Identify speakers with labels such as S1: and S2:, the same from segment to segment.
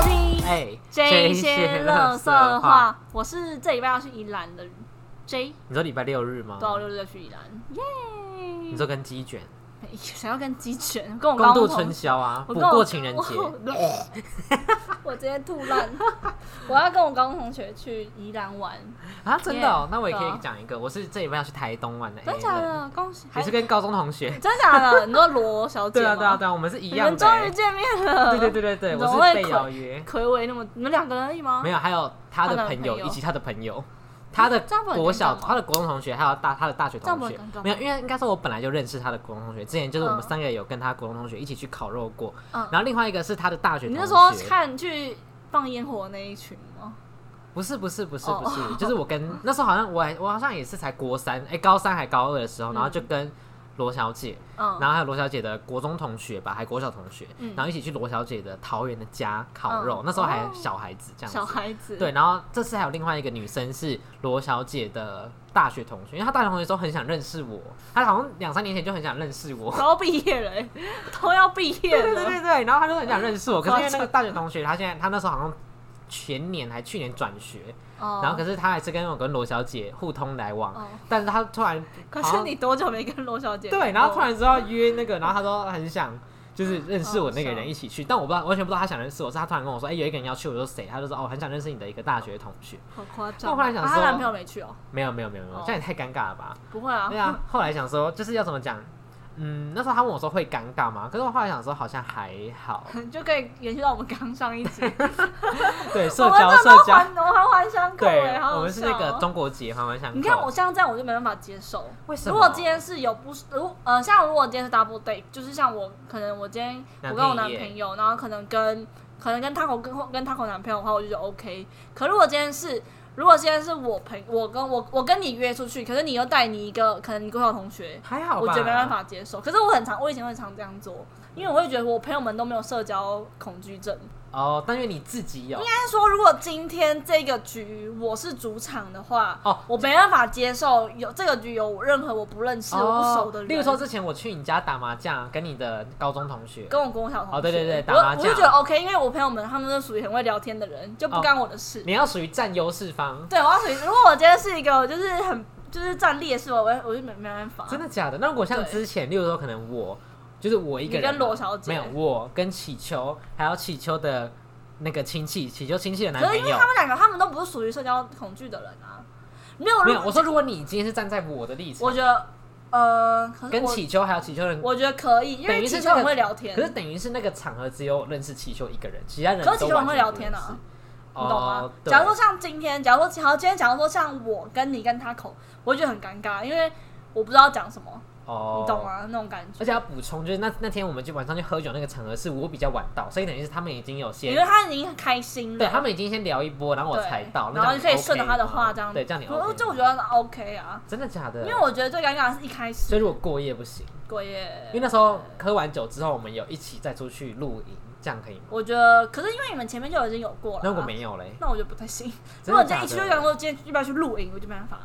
S1: 谁
S2: 哎这
S1: 哎些
S2: 些
S1: 垃
S2: 垃
S1: 圾
S2: 圾
S1: 话？
S2: 话，我是这礼拜要去宜兰的 J，
S1: 你说礼拜六日吗？
S2: 对啊，我六日要去宜兰，
S1: 你
S2: 耶！
S1: 说跟鸡卷
S2: 想要跟鸡卷跟我
S1: 共
S2: 高
S1: 度
S2: 中
S1: 春
S2: 同学，
S1: 宵啊，
S2: 我
S1: 补
S2: 跟我
S1: 过情人节。
S2: 我 我直接吐烂。我要跟我高中同学去宜兰玩，
S1: 啊，真的哦
S2: Yeah，
S1: 那我也可
S2: 对
S1: 以
S2: 啊
S1: 讲一个，我是这礼拜要去台东玩的 A
S2: 真
S1: 人，
S2: 假的？恭喜！
S1: 哎也
S2: 还
S1: 是跟高中同学。
S2: 真假 的？你说罗小姐
S1: 对
S2: 吗？
S1: 啊，对啊，对啊，我们是一
S2: 你
S1: 样
S2: 们
S1: 的
S2: 终
S1: 欸、
S2: 于见面了。
S1: 对对对对对，
S2: 你
S1: 我
S2: 怎么
S1: 是
S2: 会
S1: 被
S2: 捆
S1: 邀约，
S2: 暌违那么，你们两个人而已吗？
S1: 没有，还有他
S2: 他
S1: 的
S2: 的
S1: 朋
S2: 朋
S1: 友
S2: 友
S1: 以及他的朋友，他的
S2: 这样不很
S1: 国小、
S2: 尴尬吗
S1: 他的国中同学，还有大他的大学
S2: 这样
S1: 同
S2: 不
S1: 学
S2: 很尴尬，
S1: 没有，因为应该说我本来就认识他的国中同学，之前就是我们
S2: 嗯
S1: 三个有跟他国中同学一起去烤肉过，
S2: 嗯，
S1: 然后另外一个是他的大学
S2: 你
S1: 同
S2: 是说
S1: 学，
S2: 看去放烟火那一群吗？
S1: 不是不是不是
S2: 哦
S1: 不是，就是我跟那时候好像我还我好像也是才国三，哎、高三还高二的时候，然后就跟罗小姐，
S2: 嗯，
S1: 然后还有罗小姐的国中同学吧，还国小同学，
S2: 嗯
S1: 然后一起去罗小姐的桃园的家烤肉，
S2: 嗯
S1: 那时候还
S2: 哦
S1: 小孩子这样子。
S2: 小孩子，
S1: 对，，然后这次还有另外一个女生是罗小姐的大学同学，因为她大学同学的时候很想认识我，她好像两三年前就很想认识 我。
S2: 都要毕业了欸，都要毕业
S1: 对对
S2: 了，
S1: 对对对， 然后她就很想认识我，可是因为
S2: 夸张
S1: 那个大学同学，她现在她那时候好像前年还去年转学，
S2: 哦
S1: 然后可是她还是跟我跟罗小姐互通来往，
S2: 哦，
S1: 但是她突然
S2: 可
S1: 好
S2: 是
S1: 像
S2: 你多久没跟罗小姐？
S1: 对，然后突，然知道约那个，然后她说很想。就是认识我那个
S2: 哦好好笑
S1: 人一起去，但我不知道，完全不知道她想认识我，是她突然跟我说，哎、有一个人要去，我说谁？她就说，哦，我很想认识你的一个大学同学。
S2: 好夸
S1: 那
S2: 张。
S1: 我后来想
S2: 啊
S1: 说
S2: 她男朋友没去哦，
S1: 没有没有没有没有，
S2: 哦
S1: 这样也太尴尬了吧？
S2: 不会啊
S1: 对，啊，后来想说就是要怎么讲，嗯，那时候他问我说会尴尬吗？可是我后来想说好像还 好，
S2: 就可以延续到我们刚上一 集，
S1: 对，社
S2: 我们
S1: 交
S2: 这
S1: 社
S2: 都
S1: 交，
S2: 环我们环环相扣
S1: 啊对
S2: 哎，好，
S1: 我
S2: 好
S1: 们是那
S2: 笑
S1: 个
S2: 哦
S1: 中国结环环相扣。
S2: 你看我像这样，我就没办法接受。
S1: 为什么？
S2: 如果今天是有不是如呃，像如果今天是 double date，就是像我可能我今天
S1: 男
S2: 我
S1: 朋
S2: 跟
S1: 友
S2: 我男朋友，然后可能跟可能跟 Taco 跟跟 Taco 男朋友的话，我就觉得 OK。可如果今天是如果今天是我朋我跟我我跟你约出去，可是你又带你一个可能你国小同学，
S1: 还好吧，
S2: 我觉得没办。法接受。可是我很常我以前会常这样做，因为我会觉得我朋友们都没有社交恐惧症。
S1: 哦，但愿你自己有
S2: 但是说如果今天这个局我是主场的话，
S1: 哦。
S2: 我没办法接受有这个局有任何我不认识、我不熟的
S1: 哦
S2: 人。
S1: 例如说，之前我去你家打麻将，跟你的高中同学，
S2: 跟我跟我小同学，
S1: 哦对对对打
S2: 我
S1: 麻
S2: 我
S1: 将
S2: 就觉得 OK，因为我朋友们他们都属于很会聊天的人，就不干我的事。
S1: 你要属于占优势方，
S2: 对，我要属于，如果我今天是一个就是很就是占劣势，我会我就没没办法。
S1: 真的假的？那如果像
S2: 对
S1: 之前，例如说，可能我就是我一
S2: 你
S1: 个人嘛，
S2: 跟罗小姐
S1: 没有，我跟祈求还有祈求的那个亲戚，祈求亲戚的男
S2: 可是因
S1: 朋
S2: 为
S1: 友
S2: 他。们两个他们都不是属于社交恐惧的人啊，没有
S1: 没
S2: 如
S1: 有，
S2: 果
S1: 我说如果你今天是站在我的立场，
S2: 我觉得呃，可是
S1: 跟
S2: 我
S1: 祈求还有祈求人，
S2: 我觉得可以，因
S1: 等
S2: 为
S1: 于
S2: 其
S1: 是这
S2: 实
S1: 个
S2: 很会聊天，
S1: 可是等于是那个场合只有我认识祈求一个人，其他人
S2: 可是祈求
S1: 都完
S2: 很会
S1: 全
S2: 聊
S1: 不
S2: 天
S1: 认识
S2: 啊你懂吗
S1: 哦？对
S2: 假如说像今天，假如说好，今天假如说像我跟你跟他口，我会觉得很尴尬，因为我不知道讲什么，
S1: 哦，
S2: 你懂？吗？那种感觉
S1: 而。且要补充，就是那那天我们就晚上去喝酒那个场合是我比较晚到，所以等于是他们已经有
S2: 因
S1: 先
S2: 为他已经很开心了，
S1: 对他们已经先聊一波，然后我
S2: 对
S1: 才到，那
S2: 然后
S1: 这样
S2: 就可以
S1: OK
S2: 顺着他的
S1: 吗
S2: 话这样，
S1: 对，这样你
S2: 我
S1: OK
S2: 这我
S1: 吗
S2: 觉得 OK 啊，
S1: 真的假的？
S2: 因为我觉得最尴尬的是一开
S1: 所
S2: 始
S1: 以如果过夜不行，
S2: 鬼
S1: 因为
S2: 耶，
S1: 那时候喝完酒之后，我们有一起再出去露营，这样可以吗？
S2: 我觉得，可是因为你们前面就已经有过了啊，
S1: 那如果没有嘞，
S2: 那我就不太行。如
S1: 真
S2: 果
S1: 的
S2: 今天
S1: 假
S2: 一
S1: 的
S2: 去就想说今天要不要去露营，我就没办法。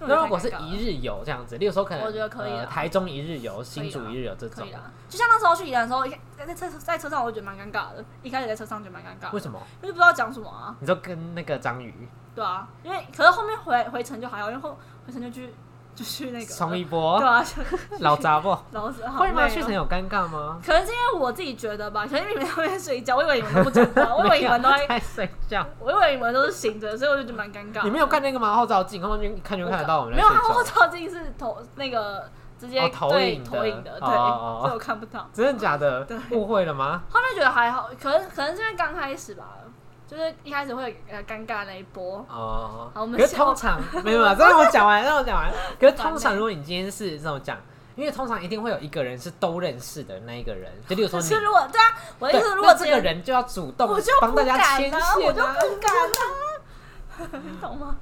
S2: 因为
S1: 那如
S2: 我
S1: 果
S2: 觉
S1: 是
S2: 得太尴尬
S1: 一
S2: 了
S1: 日游这样子，例如说可能
S2: 我觉得可以
S1: 呃
S2: 啦
S1: 台中一日游、新竹
S2: 啦
S1: 一日游这
S2: 可
S1: 种
S2: 以，啊啦，就像那时候去宜兰的时候，一在在车在车上我就觉得蛮尴尬的，一开始在车上就蛮尴尬的，
S1: 为什么？
S2: 因为不知道讲什么啊，
S1: 你说跟那个章鱼
S2: 对啊，因为可是后面回回程就还好，因为后回程就去就去那个，
S1: 冲一
S2: 对
S1: 波
S2: 啊，就
S1: 老杂不？
S2: 老子 好
S1: 会吗？
S2: 累哦
S1: 去程有尴尬吗？
S2: 可能是因为我自己觉得吧，可能你们在外面睡觉，我以为你们都不 讲话，我以为你们都在，
S1: 在睡觉，
S2: 我以为你们都是醒着，所以我就觉得蛮尴尬。
S1: 你没有看那个吗？后照镜，后面一看就看得到我们
S2: 没
S1: 在
S2: 有，啊
S1: 睡
S2: 他后
S1: 觉，
S2: 照镜是投那个直接
S1: 哦
S2: 对
S1: 投影的
S2: 投影的，
S1: 哦
S2: 对，
S1: 哦哦
S2: 所以我看不到。
S1: 真的假的？误会了吗？
S2: 后面觉得还好，可能可能是因为刚开始吧，就是一开始会有呃尴尬那一波。
S1: 哦，
S2: 好我们
S1: 可是
S2: 先
S1: 通常没 有啊，这让我讲完，让我讲完。可是通常如果你今天是这种讲，因为通常一定会有一个人是都认识的那一个人，就例如说
S2: 可
S1: 你
S2: 是，如果对啊，我的意
S1: 对
S2: 思是如
S1: 那
S2: 果
S1: 这
S2: 今
S1: 个
S2: 天，
S1: 人就要主动
S2: 我就
S1: 帮
S2: 不
S1: 大
S2: 敢
S1: 家
S2: 啊，
S1: 牵
S2: 我
S1: 线
S2: 就
S1: 啊。
S2: 不敢啊，你懂 吗？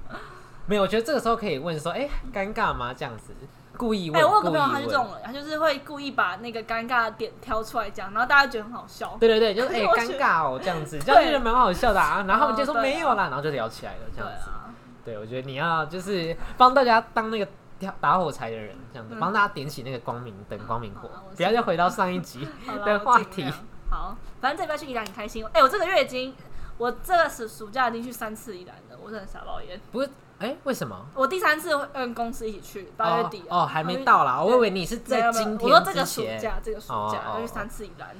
S1: 没有，我觉得这个时候可以问说，哎，尴尬吗？这样子，故意
S2: 哎、
S1: 问，
S2: 我有
S1: 故
S2: 个
S1: 意
S2: 朋友，他就这
S1: 问
S2: 种。人，他就是会故意把那个尴尬的点挑出来讲，然后大家觉得很好笑。
S1: 对对对，就是
S2: 可
S1: 哎、
S2: 是
S1: 欸
S2: 我
S1: 尴
S2: 觉得
S1: 尬哦、这样子，这样
S2: 对
S1: 觉得蛮好笑的啊。然后他
S2: 嗯
S1: 们就说
S2: 对啊
S1: 没有啦，然后就聊起来了这
S2: 对
S1: 样子。
S2: 啊，
S1: 对，我觉得你要就是帮大家当那个挑打火柴的人，这样子
S2: 嗯
S1: 帮大家点起那个光明灯、光明火
S2: 好啦，我
S1: 不要再回到上一集
S2: 好啦
S1: 的
S2: 我
S1: 话
S2: 尽
S1: 题
S2: 量。好，反正这礼拜去宜兰很开心。哎、我这个月已经，我这个暑暑假已经去三次宜兰了，我真的傻爆眼。
S1: 不是，哎、为什么？
S2: 我第三次会跟公司一起去，八月底啊
S1: 哦哦，还没到啦，
S2: 对
S1: 我以为你是
S2: 没有
S1: 在
S2: 没有
S1: 今
S2: 我说
S1: 天
S2: 这个
S1: 之
S2: 暑
S1: 前，
S2: 假，这个暑
S1: 哦
S2: 假
S1: 哦
S2: 要去
S1: 哦
S2: 三次宜兰。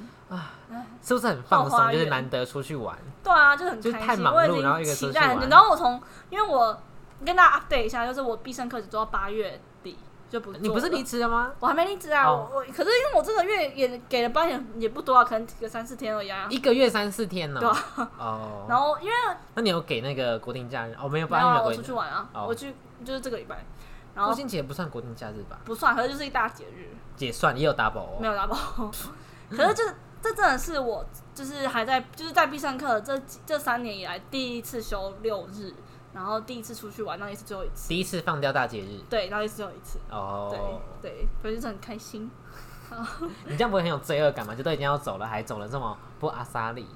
S1: 是不是很放
S2: 后花
S1: 松？就是
S2: 园
S1: 难得出去玩，
S2: 对啊，就是很
S1: 就是
S2: 开
S1: 太
S2: 心，
S1: 忙
S2: 我
S1: 碌然后
S2: 已
S1: 一
S2: 经
S1: 个
S2: 期
S1: 出
S2: 待
S1: 去
S2: 很久。
S1: 玩
S2: 然后我从，因为我跟大家 update 一下，就是我必胜课只做到八月底就不做
S1: 你不是
S2: 了
S1: 离职了吗？
S2: 我还没离职啊，
S1: 哦
S2: 我我可是因为我这个月也给了八点也不多啊，可能个三四天而已啊。
S1: 一个月三四天呢、
S2: 对啊 然
S1: 哦，
S2: 后因为
S1: 那你有给那个国定假日？哦，没有，不
S2: 没
S1: 然
S2: 有啊
S1: 你有
S2: 我
S1: 国
S2: 出去
S1: 定。
S2: 玩啊，
S1: 哦
S2: 我去就是这个礼拜，然后
S1: 国庆节不算国定假日吧？
S2: 不算，可是就是一大节日，
S1: 也算，也有 double 哦。
S2: 没有拿包。 可是这这真的是我就是还在就是在必胜课这几这三年以来第一次休六日，然后第一次出去玩，那也是最后一次，
S1: 第一次放掉大节日。
S2: 对，那也是最后一次，对
S1: 哦，
S2: 对，所以就是很开心。
S1: 你这样不会很有罪恶感吗？就都已经要走了，还走了这么不阿莎利，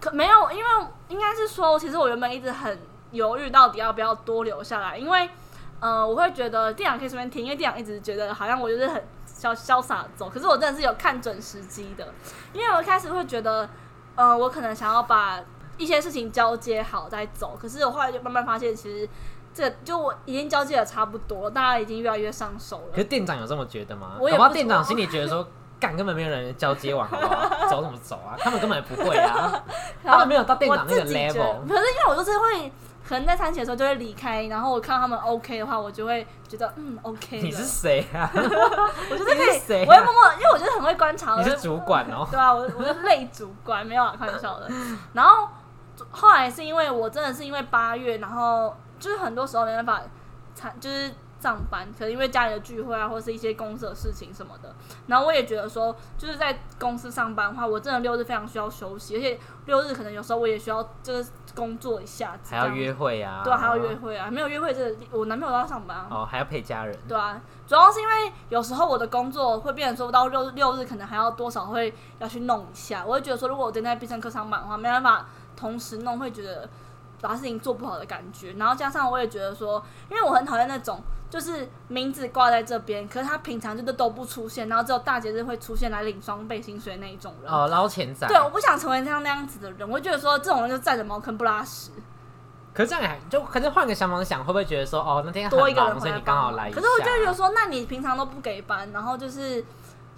S2: 可没有，因为应该是说，其实我原本一直很犹豫，到底要不要多留下来，因为，呃，我会觉得店长可以随便停，因为店长一直觉得好像我就是很潇潇洒地走，可是我真的是有看准时机的，因为我一开始会觉得，呃，我可能想要把一些事情交接好再走，可是我后来就慢慢发现，其实这个就我已经交接的差不多，大家已经越来越上手了
S1: 可是。店长有这么觉得吗？
S2: 我也
S1: 搞不好
S2: 不
S1: 店长心里觉得说， 干根本没有人交接完，好不好？走什么走啊？他们根本不会 啊，他们没有到店
S2: 我
S1: 长那
S2: 自
S1: 个
S2: 己觉得
S1: level，。
S2: 可是因为我就是会，可能在餐前的时候就会离开，然后我看到他们 OK 的话，我就会觉得嗯 OK
S1: 你
S2: 了
S1: 是谁啊？
S2: 我就是可
S1: 你
S2: 以，
S1: 是谁啊
S2: 我会默默，因为我就是很会观察，我
S1: 你
S2: 就是
S1: 主管 哦、
S2: 对啊，我我是类主管，没有啊，开玩笑的。然后后来是因为我真的是因为八月，然后就是很多时候没办法参，就是上班，可能因为家里的聚会啊，或是一些公司的事情什么的。然后我也觉得说，就是在公司上班的话，我真的六日非常需要休息，而且六日可能有时候我也需要就是工作一下子，
S1: 还要
S2: 这样
S1: 约会啊？
S2: 对啊，还要约会啊，没有约会这个我男朋友都要上班啊。
S1: 哦，还要陪家人。
S2: 对啊，主要是因为有时候我的工作会变成说到六六日可能还要多少会要去弄一下，我会觉得说如果我真的在必胜课上班的话，没办法同时弄，会觉得把事情做不好的感觉。然后加上我也觉得说，因为我很讨厌那种就是名字挂在这边，可是他平常就是都不出现，然后只有大节日会出现来领双倍薪水那一种人。
S1: 哦，捞钱仔。
S2: 对，啊我不想成为像那样子的人，我觉得说这种人就站着茅坑不拉屎，
S1: 可是这样也还就，可是换个想法想，会不会觉得说，哦，那天很
S2: 多一个
S1: 忙，
S2: 人
S1: 所
S2: 回
S1: 以
S2: 来
S1: 你刚好
S2: 帮忙
S1: 来一下？
S2: 可是我就觉得说，那你平常都不给班，然后就是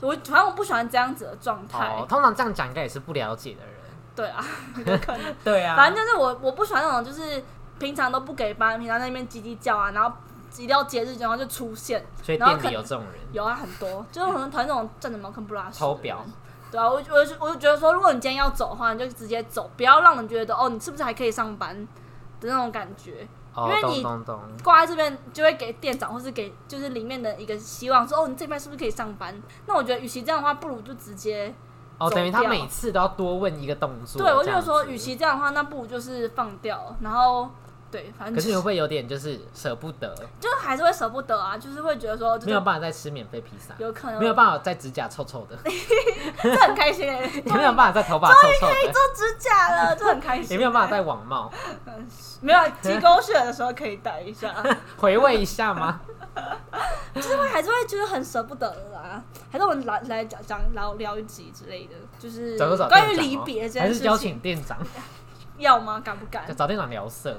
S2: 我反正我不喜欢这样子的状态。
S1: 哦，通常这样讲应该也是不了解的 人。
S2: 对啊，有可能。
S1: 对啊，
S2: 反正就是我我不喜欢那种就是平常都不给班，平常在那边叽叽叫啊，然后一到节日然后就出现。
S1: 所以
S2: 然后
S1: 店
S2: 可
S1: 里有这种人，
S2: 有啊，很多，就是我很讨厌那种站着茅坑不拉屎。
S1: 偷表。
S2: 对啊，我就我就我就觉得说，如果你今天要走的话，你就直接走，不要让人觉得哦，你是不是还可以上班的那种感觉。
S1: 哦
S2: 因为，
S1: 懂
S2: 你
S1: 懂懂，
S2: 挂在这边就会给店长或是给就是里面的一个希望，说哦，你这边是不是可以上班？那我觉得，与其这样的话，不如就直接
S1: 哦，
S2: 走
S1: 等于他
S2: 掉
S1: 每次都要多问一个动作。
S2: 对我
S1: 啊这
S2: 就
S1: 样
S2: 是说，
S1: 子
S2: 与其这样的话，那不如就是放掉，然后对，反
S1: 可
S2: 正就
S1: 是你会
S2: 是
S1: 不会有点就是舍不得，
S2: 就还是会舍不得啊，就是会觉得说，就
S1: 没有
S2: 是
S1: 办法再吃免费披萨，
S2: 有可能
S1: 没有办法再指甲臭臭的，
S2: 这很开心欸，
S1: 也 没有办法再头发臭臭的，
S2: 做指甲了，这很开心欸，
S1: 也没有办法戴网帽，
S2: 没 有挤狗血的时候可以戴一下，
S1: 回味一 下吗？
S2: 就是会还是会觉得很舍不得的啦。还是我们来来讲讲聊聊一集之类的，就是
S1: 找不
S2: 嗯
S1: 找
S2: 关于
S1: 店长
S2: 离
S1: 哦
S2: 别这
S1: 还
S2: 件
S1: 是
S2: 事
S1: 邀
S2: 情
S1: 请，店长，
S2: 要吗？敢不敢？
S1: 找店长聊色，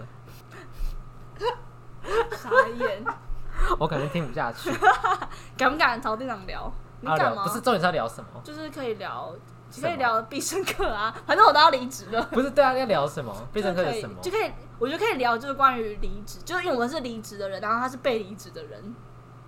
S2: 傻眼。
S1: 我可能听不下去。
S2: 敢不敢找店长聊？ 你哦
S1: 要
S2: 敢
S1: 啊聊
S2: 吗？
S1: 不是重点是要聊什么？
S2: 就是可以聊，
S1: 什么
S2: 可以聊必胜客啊，反正我都要离职了。
S1: 不是对啊，要聊什么？必胜客
S2: 就是可
S1: 有
S2: 以
S1: 什么？
S2: 就可以，我就可以聊，就是关于离职，就是因为我是离职的人，然后他是被离职的人，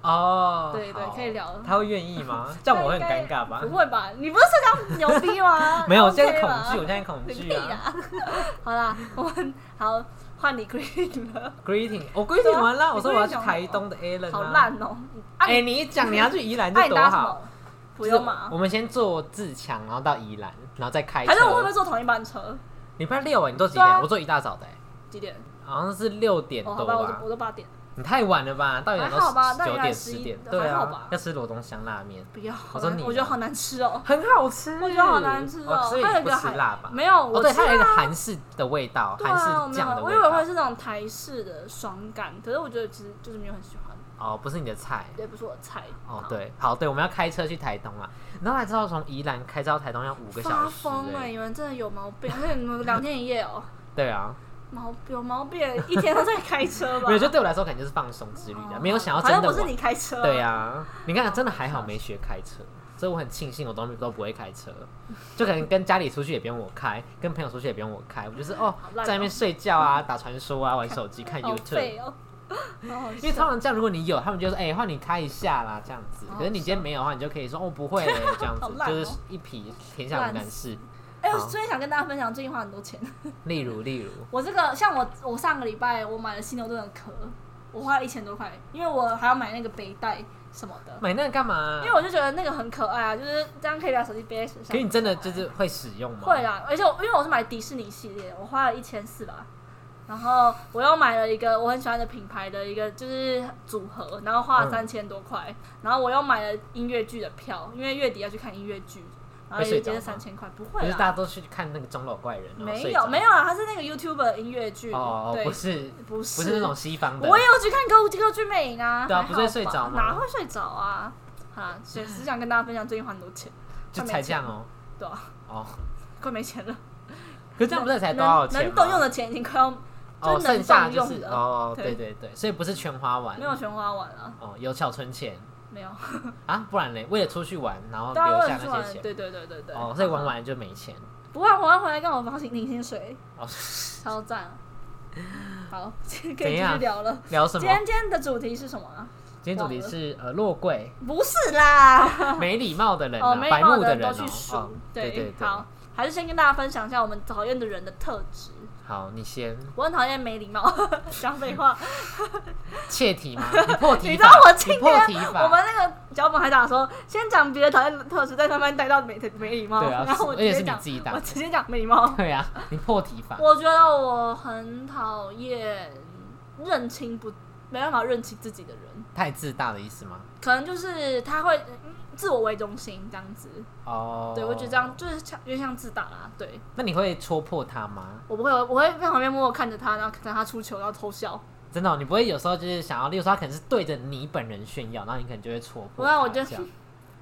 S1: 哦，
S2: 对对
S1: 好
S2: 可以聊
S1: 他会愿意吗？这样我会很
S2: 大概
S1: 尴尬吧？
S2: 不？会吧？你不是社交牛逼吗
S1: 没有，我
S2: OK
S1: 现在恐
S2: 吧
S1: 惧，我现在恐
S2: 你
S1: 惧
S2: 屁
S1: 啊。
S2: 啦！ 好啦，我们好换你 green 了，
S1: Greeting，我 Greeting 完了，
S2: 你
S1: 我说我要去
S2: greeting 完了
S1: 台东的 Alan，啊
S2: 好。烂哦！啊
S1: 哎，你一讲你要去宜兰
S2: 啊
S1: 就
S2: 你
S1: 多
S2: 搭什
S1: 好。
S2: 么？
S1: 就
S2: 不
S1: 是
S2: 用嘛
S1: 我？们先坐自强，然后到宜兰，然后再开车
S2: 还是。我会不会坐同一班车？
S1: 礼拜六哎，你坐几
S2: 对啊
S1: 点？我坐一大早的哎，
S2: 几点？
S1: 好像是六点
S2: 哦，
S1: 多
S2: 好吧，我都
S1: 吧
S2: 我。都八点，
S1: 你太晚了吧？到宜兰都
S2: 还好吧
S1: 十
S2: 到宜
S1: 九
S2: 兰
S1: 点
S2: 十
S1: 十
S2: 一
S1: 点，
S2: 还
S1: 对
S2: 好
S1: 啊
S2: 吧，
S1: 要吃罗东香辣面，
S2: 不要，
S1: 我说你
S2: 我觉得好难吃哦。
S1: 很好吃，
S2: 我觉得好难吃哦
S1: 所以
S2: 它有一
S1: 你不
S2: 个
S1: 吃
S2: 海
S1: 辣吧？
S2: 没有，
S1: 哦，
S2: 我
S1: 对，
S2: 吃
S1: 它有一个
S2: 啊
S1: 韩式的味道，
S2: 对
S1: 韩
S2: 啊，我没有
S1: 式酱的，
S2: 我
S1: 味
S2: 以为会
S1: 道。
S2: 是那种台式的爽感，可是我觉得其实就是没有很喜欢，
S1: 哦，不是你的菜。
S2: 也不是我的菜。
S1: 哦
S2: 好，，
S1: 对，好，对，我们要开车去台东啊，然后才知道从宜兰开车到台东要五个
S2: 发
S1: 小时、
S2: 疯了，
S1: 欸，
S2: 你们真的有毛病，而且你们两天一夜哦，
S1: 对啊，
S2: 毛有毛病，一天都在开车吧？
S1: 没有，就对我来说感觉就是放松之旅啊，
S2: 哦
S1: 没有想要
S2: 反
S1: 真
S2: 正
S1: 的
S2: 不是
S1: 玩。
S2: 你啊开车，
S1: 对啊呀、你看真的还好没学开车，所以我很庆幸我都都不会开车，就可能跟家里出去也不用我开，跟朋友出去也不用我开，我就是哦
S2: 好烂哦
S1: 在那边睡觉啊、打传说啊、玩手机、看
S2: 好
S1: YouTube。
S2: 废哦，好好
S1: 因为
S2: 笑
S1: 通常这样，如果你有，他们就说：“哎、换你开一下啦，这样子。”
S2: 好
S1: 可是你今天没有的话，你就可以说：“哦，不会、这样子
S2: 好，烂哦
S1: 就是一匹天下无难事。
S2: 哎、我
S1: 好
S2: 最近想跟大家分享，最近花很多钱。”
S1: 例如，例如，
S2: 我这个像我，我上个礼拜我买了犀牛顿的壳，我花了一千多块，因为我还要买那个背带什么的，
S1: 买那个干嘛
S2: 因为？我就觉得那个很可爱啊，就是这样可以把手机背在身上。
S1: 可是你真的就是会使用吗？
S2: 会啊啦，而且我因为我是买迪士尼系列，我花了一千四吧，然后我又买了一个我很喜欢的品牌的一个就是组合，然后花了
S1: 嗯
S2: 三千多块，然后我又买了音乐剧的票，因为月底要去看音乐剧，然后
S1: 会睡
S2: 也
S1: 着
S2: 接
S1: 吗
S2: 三千块，不
S1: 不
S2: 会
S1: 是
S2: 啦
S1: 大。家都去看那个钟楼怪人，然后
S2: 没
S1: 睡
S2: 有
S1: 着
S2: 没有啊，它是那个 YouTube 的音乐剧，
S1: 哦，
S2: 对
S1: 不，是
S2: 不
S1: 不是那种西方的，
S2: 我也有去看歌舞歌剧魅影啊，
S1: 对啊
S2: 还好
S1: 不是会睡着吗
S2: 吧哪会睡着啊？啊，所以只想跟大家分享最近花很多钱，
S1: 就才这样哦、
S2: 对啊，
S1: 哦，
S2: 快没钱了。
S1: 可是 这样不是才多少钱吗
S2: 能能动用的钱已经快要
S1: 哦，
S2: 就是能
S1: 剩下
S2: 动
S1: 就
S2: 用
S1: 是
S2: 的
S1: 哦，
S2: 对
S1: 对对对，所以不是全花完，
S2: 没有全花完了，
S1: 哦，有巧存钱
S2: 没有，
S1: 啊，不然嘞，为了出去玩，然后
S2: 大家
S1: 留
S2: 为
S1: 下
S2: 了
S1: 那
S2: 赚
S1: 些，钱，
S2: 对嗯对对对对。
S1: 哦，所以玩完了就没钱，
S2: 不会，我要回来跟我发薪领薪水，
S1: 哦，
S2: 超赞。啊好，可以
S1: 怎
S2: 继续
S1: 样
S2: 聊了。
S1: 聊什
S2: 今
S1: 么？
S2: 天今天的主题是什么啊？
S1: 今天主题是呃，落跪，
S2: 不是 啦，
S1: 没礼貌的人、
S2: 哦，
S1: 啊，
S2: 没
S1: 白
S2: 有
S1: 目
S2: 的
S1: 人
S2: 都
S1: 哦
S2: 去数
S1: 哦，对对对，
S2: 好，还是先跟大家分享一下我们讨厌的人的特质。
S1: 好，你先
S2: 我很讨厌没礼貌， 讲废话。
S1: 切题 吗？你破题法，
S2: 你知道我今
S1: 你破题
S2: 天
S1: 法
S2: 我们那个脚本还打说，先讲别的讨厌的特质，再慢慢带到没没礼貌。
S1: 对啊
S2: 然后我
S1: 而
S2: 直
S1: 且
S2: 接
S1: 是你
S2: 讲
S1: 自己打，的
S2: 我直接讲没礼貌。
S1: 对啊，你破题法，
S2: 我觉得我很讨厌认清不没办法认清自己的人，
S1: 太自大的意思吗？
S2: 可能就是他会嗯自我为中心这样子。
S1: 哦，
S2: 对，我觉得这样就是像有点像自大啦。对
S1: 那你会戳破他吗？
S2: 我不会，我会在旁边默默看着他，然后等他出球，然后偷笑。
S1: 真的哦、你不会有时候就是想要，例如说他可能是对着你本人炫耀，然后你可能就会戳
S2: 不
S1: 破
S2: 然
S1: 他。
S2: 我觉
S1: 这
S2: 得
S1: 样，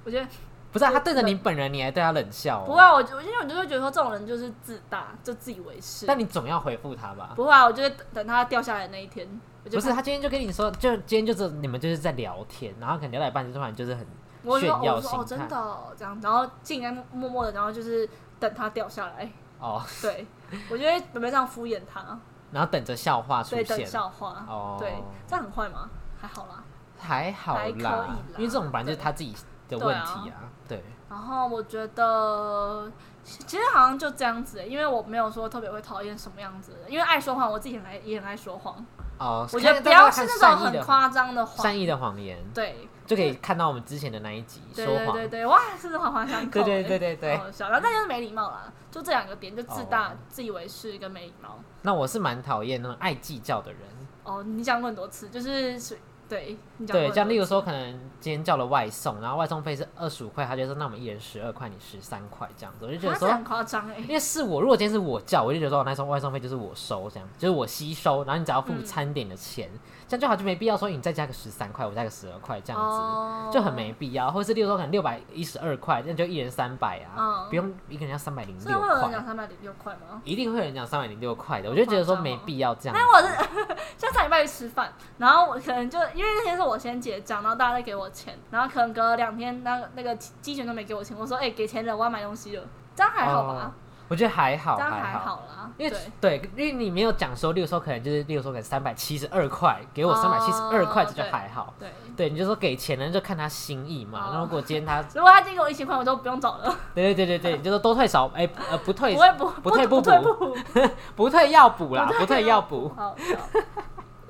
S2: 我觉得
S1: 不是、啊、他对着你本人，你还对他冷笑、哦。
S2: 不会，啊，我就因为我就会觉得说这种人就是自大，就自以为是。
S1: 但你总要回复他吧？
S2: 不会啊，我就是等他掉下来的那一天，我就
S1: 不是，他今天就跟你说，就今天就是你们就是在聊天，然后可能聊到一半就突然就是很
S2: 我就
S1: 炫
S2: 说哦
S1: 耀
S2: 我说
S1: 心
S2: 哦，真
S1: 态
S2: 的、哦、这样，然后竟然默默的，然后就是等他掉下来，
S1: 哦，
S2: 对我就会准备这样敷衍他，
S1: 然后等着笑话出
S2: 对，等
S1: 现。
S2: 笑话，
S1: 哦
S2: 对，这样很坏吗？还好啦。
S1: 还好
S2: 还可以
S1: 啦
S2: 啦，
S1: 因为这种本来就是他自己的问题啊。对，
S2: 然后我觉得其其实好像就这样子，欸因为我没有说特别会讨厌什么样子的人，因为爱说谎，我自己很爱也很爱说谎，
S1: 哦，
S2: 我觉得
S1: 看
S2: 不要是
S1: 看
S2: 那种
S1: 善意
S2: 很
S1: 的
S2: 夸张的谎，
S1: 善意的谎言，
S2: 对，
S1: 就可以看到我们之前的那一集
S2: 对
S1: 说
S2: 对
S1: 谎。
S2: 对对，哇，是环环相扣、欸。
S1: 对对对对对
S2: 好好笑。然后但就是没礼貌啦，就这两个点，就自大、
S1: 哦
S2: 自以为是跟没礼貌。
S1: 那我是蛮讨厌那种爱计较的人。
S2: 哦，你讲过很多次，就是是对你讲过很
S1: 对，
S2: 多次。
S1: 像例如说，可能今天叫了外送，然后外送费是二十五块，他就说那我们一人十二块，你十三块这样子，我就觉
S2: 啊
S1: 得
S2: 这
S1: 说
S2: 很。夸张哎
S1: 因。为是我，如果今天是我叫，我就觉得说，哦那时候外送费就是我收，这样就是我吸收，然后你只要付
S2: 嗯
S1: 餐点的钱，这样就好，就没必要说你再加个十三块，我加个十二块这样子。
S2: 哦
S1: 就很没。必要，或是例如说可能六百一十二块，那就一人三百啊，
S2: 嗯
S1: 不用一个人要三百零
S2: 真
S1: 六
S2: 的会有人讲
S1: 块，
S2: 三百零六块吗？
S1: 一定会有人讲三百零六块的，我就觉得说没必要这样。
S2: 哦但我是像上礼拜去吃饭，然后我可能就因为那天是我先结账，然后大家再给我钱，然后可能隔两天那个那个鸡鸡卷都没给我钱，我说哎、给钱了，我要买东西了，这样还好吧？
S1: 我觉得还好，
S2: 这样
S1: 还哦好。
S2: 好啦，
S1: 因为
S2: 对
S1: 对，因为你没有讲说，例如说可能就是，例如说可能三百七十二块，给我
S2: 哦
S1: 三百七十二块，这就
S2: 对
S1: 还好。
S2: 对。
S1: 对，你就说给钱人就看他心意嘛。
S2: 哦
S1: 那如果今天他，
S2: 如果他今天给我一千块，我都不用找了，
S1: 对对对对对，你就说多退少，哎、呃不退
S2: 不会不
S1: 不退
S2: 不
S1: 不
S2: 退
S1: 补
S2: 不
S1: 不退要补啦，
S2: 不
S1: 不退要补。
S2: 好，好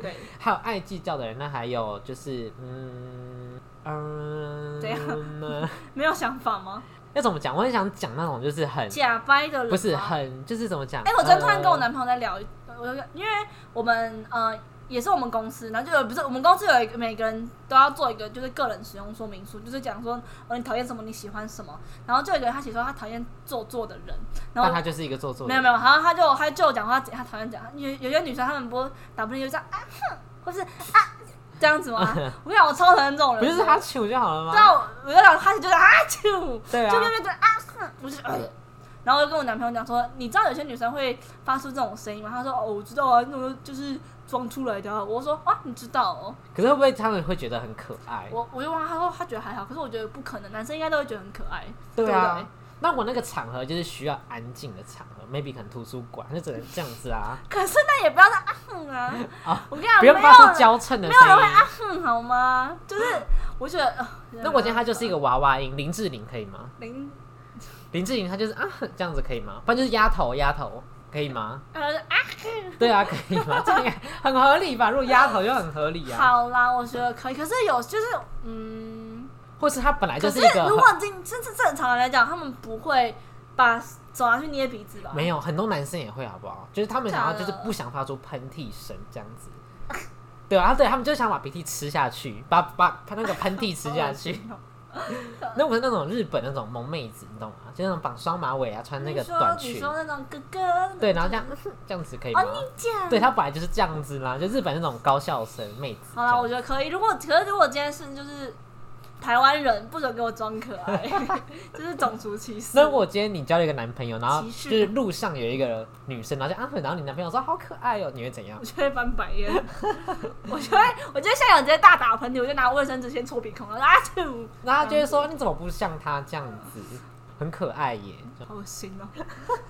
S2: 对，
S1: 还有爱计较的人，那还有就是，嗯嗯，
S2: 怎样
S1: 嗯
S2: 没有想法吗？
S1: 要怎么讲？我很想讲那种就是很
S2: 假掰的人吗
S1: 不是。很就是怎么讲？
S2: 哎、我昨天
S1: 呃
S2: 突然跟我男朋友在聊，我就因为我们呃也是我们公司，然后就有不是我们公司有一个每个人都要做一个就是个人使用说明书，就是讲说呃你讨厌什么，你喜欢什么，然后就有一个人他写说他讨厌做作的人，然后
S1: 但他就是一个做作的
S2: 没有没有，然后他就他就讲话，他讨厌讲有有些女生她们不打不赢就这样啊哼，或是啊这样子 吗？我跟你讲，我超讨厌这种人
S1: 不
S2: 的，
S1: 就是他糗就好了
S2: 知
S1: 吗？
S2: 道，我就想他就觉得啊啾，
S1: 对啊
S2: 就那边觉得啊，哼我就呃，然后我就跟我男朋友讲说，你知道有些女生会发出这种声音吗？他说哦，我知道啊，那种就是装出来的、啊。我说啊，你知道哦。
S1: 可是会不会啊他们会觉得很可爱？
S2: 我我就问他，他说他觉得还好，可是我觉得不可能，男生应该都会觉得很可爱。
S1: 对
S2: 对
S1: 啊，那我那个场合就是需要安静的场合，maybe 可能图书馆，就只能这样子啊，
S2: 可是那也不要再啊哼啊！
S1: 啊
S2: 我跟你讲，
S1: 不用
S2: 没有
S1: 发出娇嗔的
S2: 没有人
S1: 声
S2: 会
S1: 音。
S2: 啊哼好吗？就是我觉得，呃
S1: 那我觉得他就是一个娃娃音，林志玲可以吗？
S2: 零，
S1: 林志玲她就是啊这样子可以吗？不然就是丫头丫头可以吗？
S2: 呃啊哼。
S1: 对啊，可以吗？这样很合理吧？如果丫头就很合理啊，
S2: 好啦，我觉得可以。可是有就是，嗯，
S1: 或是她本来
S2: 可
S1: 就是一个
S2: 如
S1: 很
S2: 果今这是正常人来讲，他们不会把手拿去捏鼻子吧？
S1: 没
S2: 有，
S1: 有，很多男生也会，好不好？就是他们想要，
S2: 假
S1: 就
S2: 的
S1: 是不想发出喷嚏声这样 子。对啊，对他们就想把鼻涕吃下去，把把把那个喷嚏吃下 去。
S2: 哦
S1: 那我是那种日本那种萌妹子，你懂吗？就那种绑双马尾啊，穿那
S2: 你
S1: 个
S2: 说
S1: 短
S2: 你
S1: 裙，
S2: 说那种哥哥，
S1: 对，然后这样这样子可以吗
S2: 哦，？你讲，
S1: 对，他本来就是这样子啦，就日本那种高校生妹子这
S2: 好
S1: 样。
S2: 啦，我觉得可以。如果可是如果今天是就是台湾人，不准给我装可爱， 就是种族歧视。
S1: 那如果今天你交了一个男朋友，然后
S2: 歧
S1: 就
S2: 视
S1: 是路上有一个女生，然后就啊，然后你男朋友说好可爱哦、你会怎样
S2: 我？就会翻白眼，我就会，我就会像有直接大打喷嚏，我就拿卫生纸先戳鼻孔，然后啊就
S1: 然后他就会说你怎么不像他这样子，很可爱耶，
S2: 好恶心哦，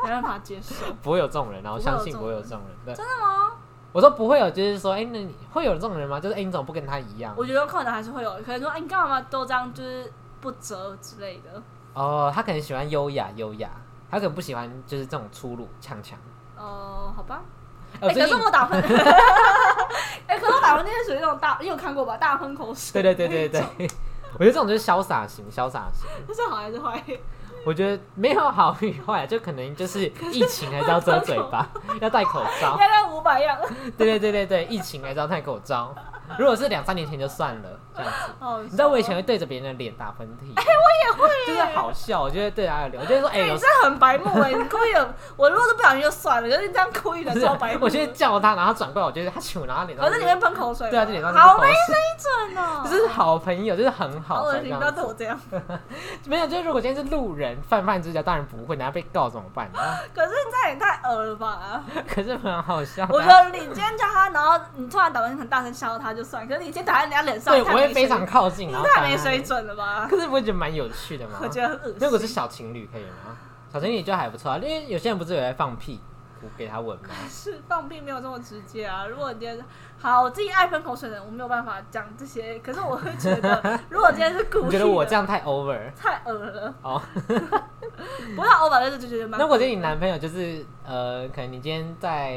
S2: 没办法接受。
S1: 不会有这种人啊，我
S2: 不会有
S1: 相信
S2: 这种人
S1: 不会有这种人。对，
S2: 真的吗？
S1: 我说不会有，就是说，哎、那你会有这种人吗？就是哎、你怎么不跟他一样
S2: 我？觉得有可能还是会有，可能说，哎、你干嘛都这样，就是不折之类的。
S1: 哦，他可能喜欢优雅优雅，他可能不喜欢就是这种粗鲁强强。
S2: 哦、好吧。
S1: 哎
S2: 哎、
S1: 我最
S2: 可
S1: 近
S2: 是我打 喷，哎、可是我打喷嚏是属于那种大，你有看过吧？大喷口水。
S1: 对对 对对对，我觉得这种就是潇洒型，潇洒型。
S2: 这是好还是坏？
S1: 我觉得没有好与坏，啊就可能就是疫情还是要遮嘴巴， 要戴口罩
S2: 应。该跟五百一样。
S1: 对对对对对，疫情还是要戴口罩。如果是两三年前就算了，这样子。
S2: 哦，
S1: 你知道我以前会对着别人的脸打喷嚏，哎、我也会，就是好笑，我就会对他的脸，我 就会说，哎、有
S2: 你真的很白目哎、你故意的。我如果是不小心就算了，可是你这样故意的
S1: 不是
S2: 超白目。欸
S1: 我就会叫他，然后他转过来，我觉得他请我，然后他脸上
S2: 可是你会喷口水。
S1: 对啊，就脸上
S2: 好没
S1: 没水，
S2: 准哦、
S1: 就是好朋友，就是很
S2: 好
S1: 好
S2: 恶
S1: 才
S2: 心，
S1: 这
S2: 不要
S1: 样子。
S2: 对我这样。
S1: 没有，就是如果今天是路人泛泛之交，当然不会，然后被告怎么办？然后
S2: 可是这样也太恶了吧？
S1: 可是很好笑的啊。
S2: 我觉得你今天叫他，然后你突然打喷嚏很大声笑到他就算，可是你先打在人家脸上，
S1: 对，
S2: 太
S1: 我
S2: 没
S1: 会非常
S2: 水
S1: 靠近，
S2: 你
S1: 然后
S2: 太
S1: 翻
S2: 没
S1: 他
S2: 水
S1: 脸
S2: 准了吧？
S1: 可是不会觉得蛮有趣的吗？
S2: 我觉得很恶
S1: 如果
S2: 心。
S1: 是小情侣可以吗？小情侣就还不错啊，因为有些人不是有在放屁，我给他 闻吗？
S2: 是放屁没有这么直接啊！如果你今天好，我自己爱喷口水的人，我没有办法讲这些。可是我会觉 得，如果今天是故意
S1: 你
S2: 的，
S1: 觉得我这样太 over
S2: 太恶了。
S1: 哦？
S2: 不是欧巴，就是就觉得蛮。
S1: 那我觉得你男朋友就是呃，可能你今天在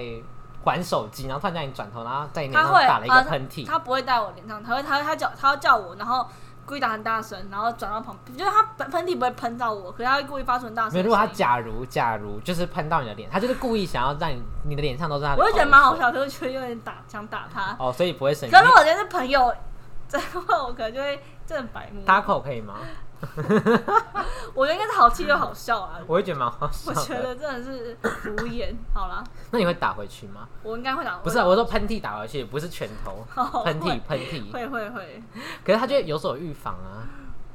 S1: 玩手机，然后突然叫你转头，然后在你脸
S2: 他
S1: 上
S2: 会
S1: 打了一
S2: 啊
S1: 个喷嚏，
S2: 他不会带我脸上，他会他会他叫他要叫我，然后故意打很大声，然后转到旁边，就是他喷喷嚏不会喷到我，可是他会故意发出很大声
S1: 没
S2: 的声音。
S1: 有，如果他假如假如就是喷到你的脸，他就是故意想要让你你的脸上都是他的，
S2: 我就觉得蛮好。笑，可是觉得有点打想打他。
S1: 哦，所以不会生气
S2: 可。是如果今天是朋友，这样的话我可能就会真的白目。
S1: 打口可以吗？
S2: 我觉得应该是好气又好笑啊。
S1: 我会觉得蛮好笑
S2: 我觉得
S1: 的。
S2: 真的是无言。好啦，
S1: 那你会打回去吗？
S2: 我应该会打。
S1: 不是、啊，我说喷嚏打回去，不是拳 头，
S2: 哦
S1: 喷嚏
S2: 会
S1: 喷嚏。
S2: 会会会，
S1: 可是他就会有所预防啊。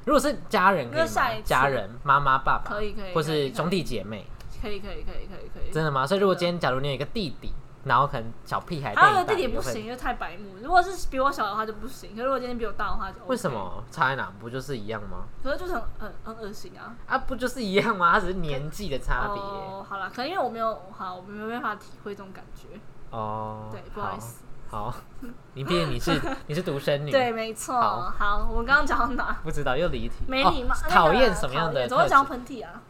S1: 如果是家人可以
S2: 那下
S1: 吗
S2: 一？次
S1: 家人、妈妈、爸爸，
S2: 可以可以
S1: 或
S2: 可以
S1: 是
S2: 可以
S1: 兄弟姐妹，
S2: 可以可以可以可以可以。
S1: 真的吗？所以如果今天假如你有一个弟弟，然后可能小屁孩，
S2: 还有啊个弟弟不，行，因为太白目。如果是比我小的话就不行，可是如果今天比我大的话就、OK。
S1: 为什？么差在哪？不就是一样吗？
S2: 可是就是很很很恶心啊。
S1: 啊，不就是一样吗？它只是年纪的差别
S2: 哦，好啦，可能因为我没有好，我没办法体会这种感觉。
S1: 哦。
S2: 对，不好意思。
S1: 好。好，你毕竟你是 你是独生女，
S2: 对，，没错。
S1: 好
S2: 好，我们刚刚讲到哪？
S1: 不知道又离题，
S2: 没
S1: 哦
S2: 礼貌，那个
S1: 讨厌什么样
S2: 讨
S1: 的
S2: 厌
S1: 特
S2: 怎么会
S1: 质
S2: 讲到喷嚏 啊？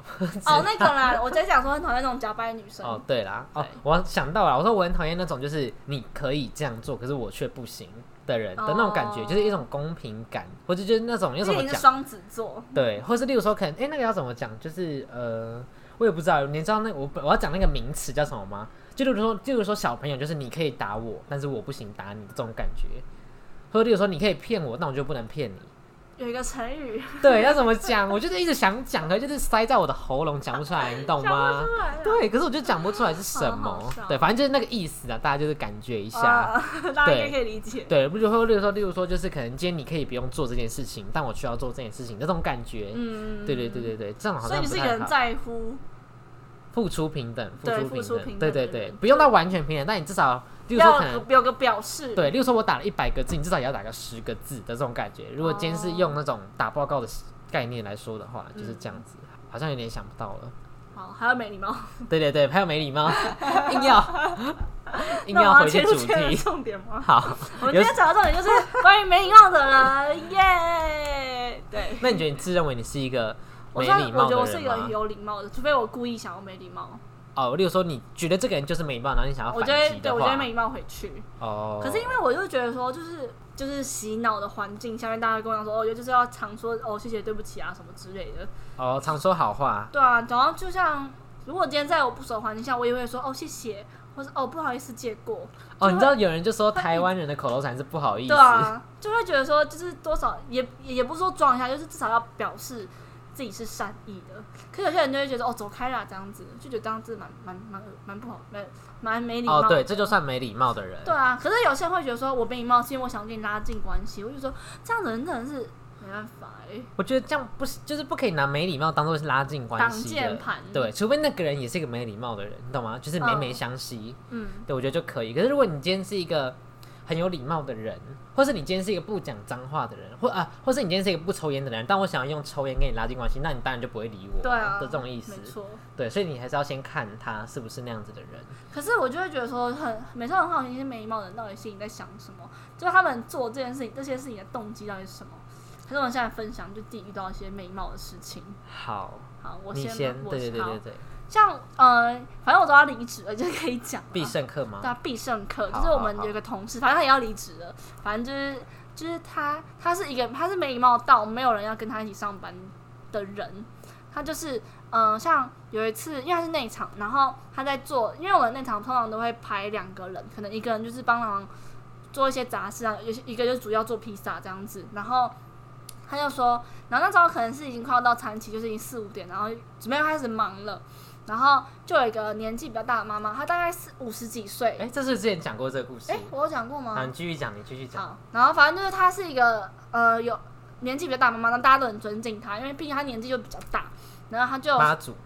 S2: 哦，那个啦，我在讲说很讨厌那种假扮的女生。
S1: 哦，对啦，哦
S2: 对，
S1: 我想到了，我说我很讨厌那种就是你可以这样做，可是我却不行的人的那种感觉，
S2: 哦
S1: 就是一种公平感，或者就是那种要
S2: 因
S1: 怎
S2: 为
S1: 么
S2: 你是
S1: 讲，
S2: 双子座，
S1: 对，或是例如说可能，哎、那个要怎么讲，就是呃，我也不知道，你知道那我我要讲那个名词叫什么吗？就例如说，例如说小朋友就是你可以打我，但是我不行打你这种感觉，或者例如说你可以骗我，那我就不能骗你。
S2: 有一个成语
S1: 对，要怎么讲？我就是一直想讲，可是就是塞在我的喉咙，讲不出来，你懂
S2: 讲
S1: 吗？
S2: 不出来啊。
S1: 对，可是我就讲不出来是什
S2: 好好
S1: 么
S2: 笑。
S1: 对，反正就是那个意思啊，大家就是感觉一下。
S2: 啊，大家应该
S1: 对
S2: 可以理解。
S1: 对，不就会例如说，例如说，就是可能今天你可以不用做这件事情，但我需要做这件事情，那种感觉。
S2: 嗯，
S1: 对对对对对，这种好
S2: 所以
S1: 像
S2: 你
S1: 不
S2: 是一个
S1: 太
S2: 很
S1: 好。
S2: 在乎
S1: 付出平等，付
S2: 对
S1: 出
S2: 付
S1: 平
S2: 出平等
S1: 等，对
S2: 的
S1: 对对
S2: 人，
S1: 不用到完全平等，但你至少，例如说可
S2: 要
S1: 能
S2: 有有个表示，
S1: 对，例如说我打了一百个字，你至少也要打个十个字的这种感觉。如果今天是用那种打报告的概念来说的话，就是这样子，好像有点想不到了。
S2: 好，还要没礼貌，
S1: 对对对，还有没礼貌， 硬要硬
S2: 那我
S1: 要
S2: 要
S1: 回
S2: 切
S1: 去
S2: 入
S1: 主
S2: 切入
S1: 题。
S2: 重点 吗？
S1: 好，
S2: 我们
S1: 有
S2: 今天讲的重点 就是关于没礼貌的人，耶！对，
S1: 那你觉得你自认为你是一个
S2: 我
S1: 没
S2: 算
S1: 礼
S2: 我
S1: 貌
S2: 觉得
S1: 的
S2: 我是一个
S1: 人吗？
S2: 有礼貌的，除非我故意想要没礼貌，
S1: 哦，例如说你觉得这个人就是没礼貌，然后你想要
S2: 我
S1: 反
S2: 觉得
S1: 击
S2: 对
S1: 的
S2: 我觉得
S1: 话，
S2: 没礼貌回去。
S1: 哦，
S2: 可是因为我就觉得说，就是就是洗脑的环境下面，大家跟我讲说，哦，就是要常说哦谢谢对不起啊什么之类的。
S1: 哦，常说好话，
S2: 对啊，然后就像如果今天在我不熟的环境下，我也会说哦谢谢，或是哦不好意思借过。
S1: 哦，
S2: 就
S1: 你
S2: 会
S1: 知道有人就说台湾人的口头禅是不好意思哦
S2: 对，啊，就会觉得说，就是多少也也也不是说装一下，就是至少要表示自己是善意的。可有些人就会觉得哦，走开啦，这样子就觉得这样子蛮蛮蛮蛮不好，蛮蛮没礼貌
S1: 哦，
S2: 的。
S1: 对，这就算没礼貌的人，
S2: 对啊，可是有些人会觉得说我没礼貌是因为我想跟你拉近关系，我就说这样的人真的是没办法哎、
S1: 我觉得这样不是，就是不可以拿没礼貌当做是拉近关系
S2: 挡箭
S1: 的
S2: 牌，
S1: 对，除非那个人也是一个没礼貌的人，你懂吗？就是每每
S2: 嗯
S1: 相惜，
S2: 嗯，
S1: 对我觉得就可以。可是如果你今天是一个很有礼貌的人，或是你今天是一个不讲脏话的人，或啊，或是你今天是一个不抽烟的人，但我想要用抽烟跟你拉近关系，那你当然就不会理我，
S2: 对啊，
S1: 的这种意思
S2: 没。错。
S1: 对，所以你还是要先看他是不是那样子的人。
S2: 可是我就会觉得说很，每次很好奇，那些没礼貌的人到底心里在想什么？就是他们做这件事情、这些事情的动机到底是什么？可是我们现在分享，就自己遇到一些没礼貌的事情。
S1: 好，
S2: 好，我
S1: 你
S2: 先
S1: 先，
S2: 我
S1: 对对对
S2: 好
S1: 对对，
S2: 像呃，反正我都要离职了，就可以讲了
S1: 必胜客吗？
S2: 对啊，必胜客
S1: 好
S2: 就是我们
S1: 好好
S2: 有一个同事，反正他也要离职了，反正就是就是他他是一个他是没礼貌到没有人要跟他一起上班的人，他就是嗯、呃像有一次因为他是内场，然后他在做，因为我们内场通常都会排两个人，可能一个人就是帮忙做一些杂事啊，有些一个就是主要做披萨这样子，然后。他就说，然后那时候可能是已经快要到餐期，就是已经四五点，然后准备要开始忙了，然后就有一个年纪比较大的妈妈，她大概是五十几岁，
S1: 哎，这是之前讲过这个故事
S2: 哎、，我有讲过吗？
S1: 好，你继续讲，你继续讲。
S2: 好，然后反正就是她是一个呃有年纪比较大的妈妈，那大家都很尊敬她，因为毕竟她年纪就比较大。然后她就，
S1: 妈祖，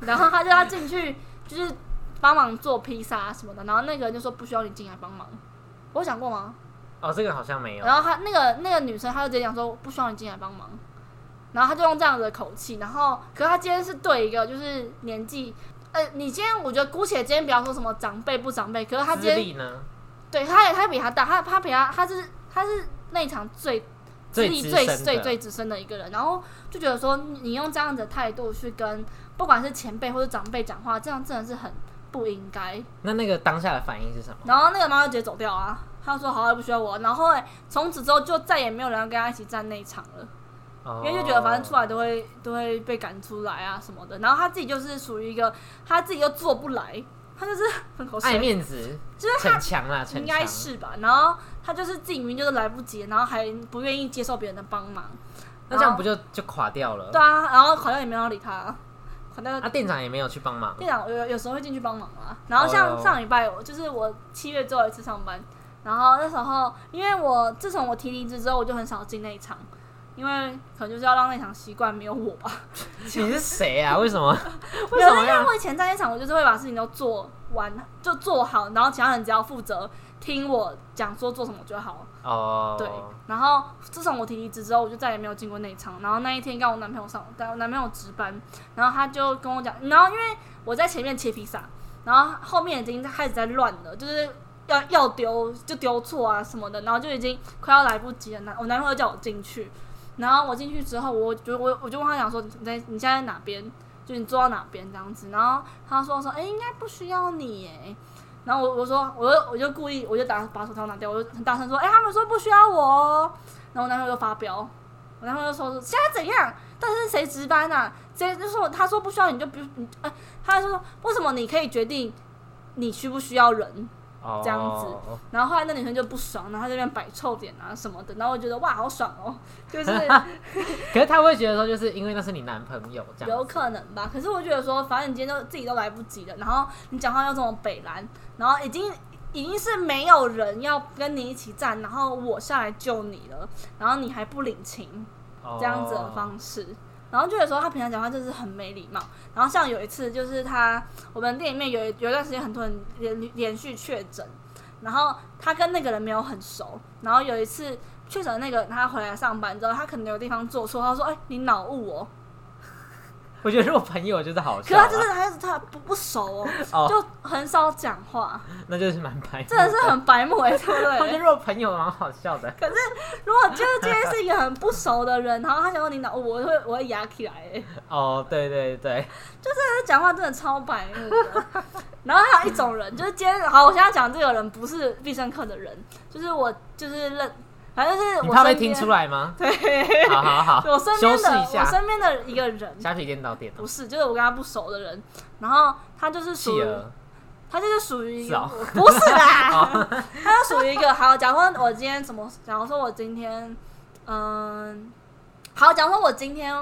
S2: 然后她就要进去，就是帮忙做披萨啊什么的。然后那个人就说不需要你进来帮忙，我有讲过吗？
S1: 哦，这个好像没有。
S2: 然后她那个那个女生，她就直接讲说不需要你进来帮忙。然后她就用这样子的口气，然后可是她今天是对一个就是年纪，呃，你今天我觉得姑且今天不要说什么长辈不长辈，可是她今
S1: 资
S2: 天
S1: 历呢？
S2: 对，他也他比他大，他他比他他是他是那一场最资
S1: 最
S2: 历
S1: 资
S2: 最
S1: 深
S2: 最
S1: 的
S2: 最资深的一个人，然后就觉得说你用这样子的态度去跟不管是前辈或者长辈讲话，这样真的是很不应该。
S1: 那那个当下的反应是什么？
S2: 然后那个妈妈就直接走掉啊，她说好，不需要我。啊然后后来从此之后就再也没有人要跟他一起站那一场了。
S1: 哦
S2: 因为就觉得反正出来都会都会被赶出来啊什么的，然后他自己就是属于一个他自己又做不来，他就是很口
S1: 爱
S2: 水
S1: 面子，
S2: 就是他
S1: 逞强啦，逞强
S2: 应该是吧。然后他就是自己明明就是来不及，然后还不愿意接受别人的帮忙。
S1: 那这样不就就垮掉了？
S2: 对啊，然后好像也没有理他，好像
S1: 啊，店长也没有去帮 忙。
S2: 店长有有时候会进去帮忙啦。然后
S1: 哦
S2: 像上礼拜我就是我七月最后一次上班，然后那时候因为我自从我提离职之后，我就很少进那一场，因为可能就是要让那场习惯没有我吧。
S1: 你是谁啊？为 什么？为
S2: 没有
S1: 什
S2: 是
S1: 么
S2: 因为
S1: 要？
S2: 我以前在那场，我就是会把事情都做完，就做好，然后其他人只要负责听我讲说做什么就好。
S1: 哦，
S2: 对，然后自从我提离职之后，我就再也没有进过内场。然后那一天刚好我男朋友上，我男朋友值班，然后他就跟我讲，然后因为我在前面切披萨，然后后面已经开始在乱了，就是要要丢就丢错啊什么的，然后就已经快要来不及了。男我男朋友叫我进去，然后我进去之后，我就我我就问他讲说，你在你现在在哪边？就你坐到哪边这样子？然后他说说，哎、应该不需要你耶。然后我我说，我就我就故意，我就打把手套拿掉，我就很大声说，哎、他们说不需要我哦。然后我男朋友就发飙，我男朋友就说现在怎样？但是谁值班啊？谁就说他说不需要你就不你哎、他就说为什么你可以决定你需不需要人？
S1: 哦
S2: 这样子然后后来那女生就不爽，然后她这边摆臭脸啊什么的，然后我觉得哇好爽哦，就是
S1: 可是他会觉得说，就是因为那是你男朋友这样。
S2: 有可能吧。可是我觉得说，反正你今天都自己都来不及了，然后你讲话又这么北蓝，然后已经已经是没有人要跟你一起站，然后我下来救你了，然后你还不领情，
S1: 哦
S2: 这样子的方式。然后就有时候他平常讲话就是很没礼貌。然后像有一次，就是他我们店里面有一有一段时间很多人连连续确诊，然后他跟那个人没有很熟。然后有一次确诊的那个他回来上班之后，他可能有地方做错，他说：“哎、你脑雾哦。”
S1: 我觉得如果朋友就是好
S2: 可是
S1: 笑啊，
S2: 他就是他他不不熟哦，
S1: 哦
S2: 就很少讲话，
S1: 啊那就是蛮白目，
S2: 真的是很白目哎、对不
S1: 我觉得
S2: 对？
S1: 如果朋友蛮好笑的，
S2: 如果就是今天是一个很不熟的人，然后他想问你脑雾，我会我会压起来、欸。
S1: 哦，对对对，
S2: 他讲话真的超白目 的。然后还有一种人，就是今天好，我现在讲这个人不是必胜客的人，就是我就是认，反正就是
S1: 你
S2: 我
S1: 怕
S2: 身
S1: 被
S2: 边
S1: 听出来吗？
S2: 对，
S1: 好好好，
S2: 我身
S1: 修
S2: 边
S1: 饰
S2: 的
S1: 一
S2: 我
S1: 下，
S2: 身边的一个人，
S1: 虾皮电脑电脑
S2: 不，是就是我跟他不熟的人，然后他就是属
S1: 企
S2: 于
S1: 鹅，
S2: 他就是属于一
S1: 是
S2: 个、
S1: 哦
S2: 不是啦， 他就属于一个好。假如说我今天怎么，假如说我今天，嗯，好，假如说我今天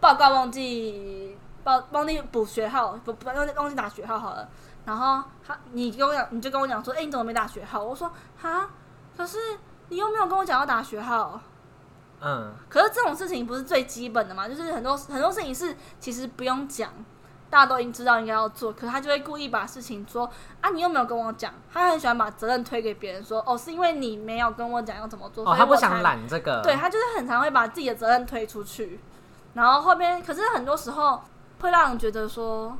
S2: 报告忘记报忘记补学号，不不忘记忘记打学号好了。然后他你跟我讲，你就跟我讲说，哎、你怎么没打学号？我说哈，可是你又没有跟我讲要打学号。
S1: 嗯，
S2: 可是这种事情不是最基本的嘛？就是很多很多事情是其实不用讲，大家都已经知道应该要做，可是他就会故意把事情说啊，你又没有跟我讲。他很喜欢把责任推给别人说，哦，是因为你没有跟我讲要怎么做，所
S1: 哦，
S2: 以
S1: 他不
S2: 我才
S1: 想揽这个，
S2: 对他就是很常会把自己的责任推出去，然后后面可是很多时候会让人觉得说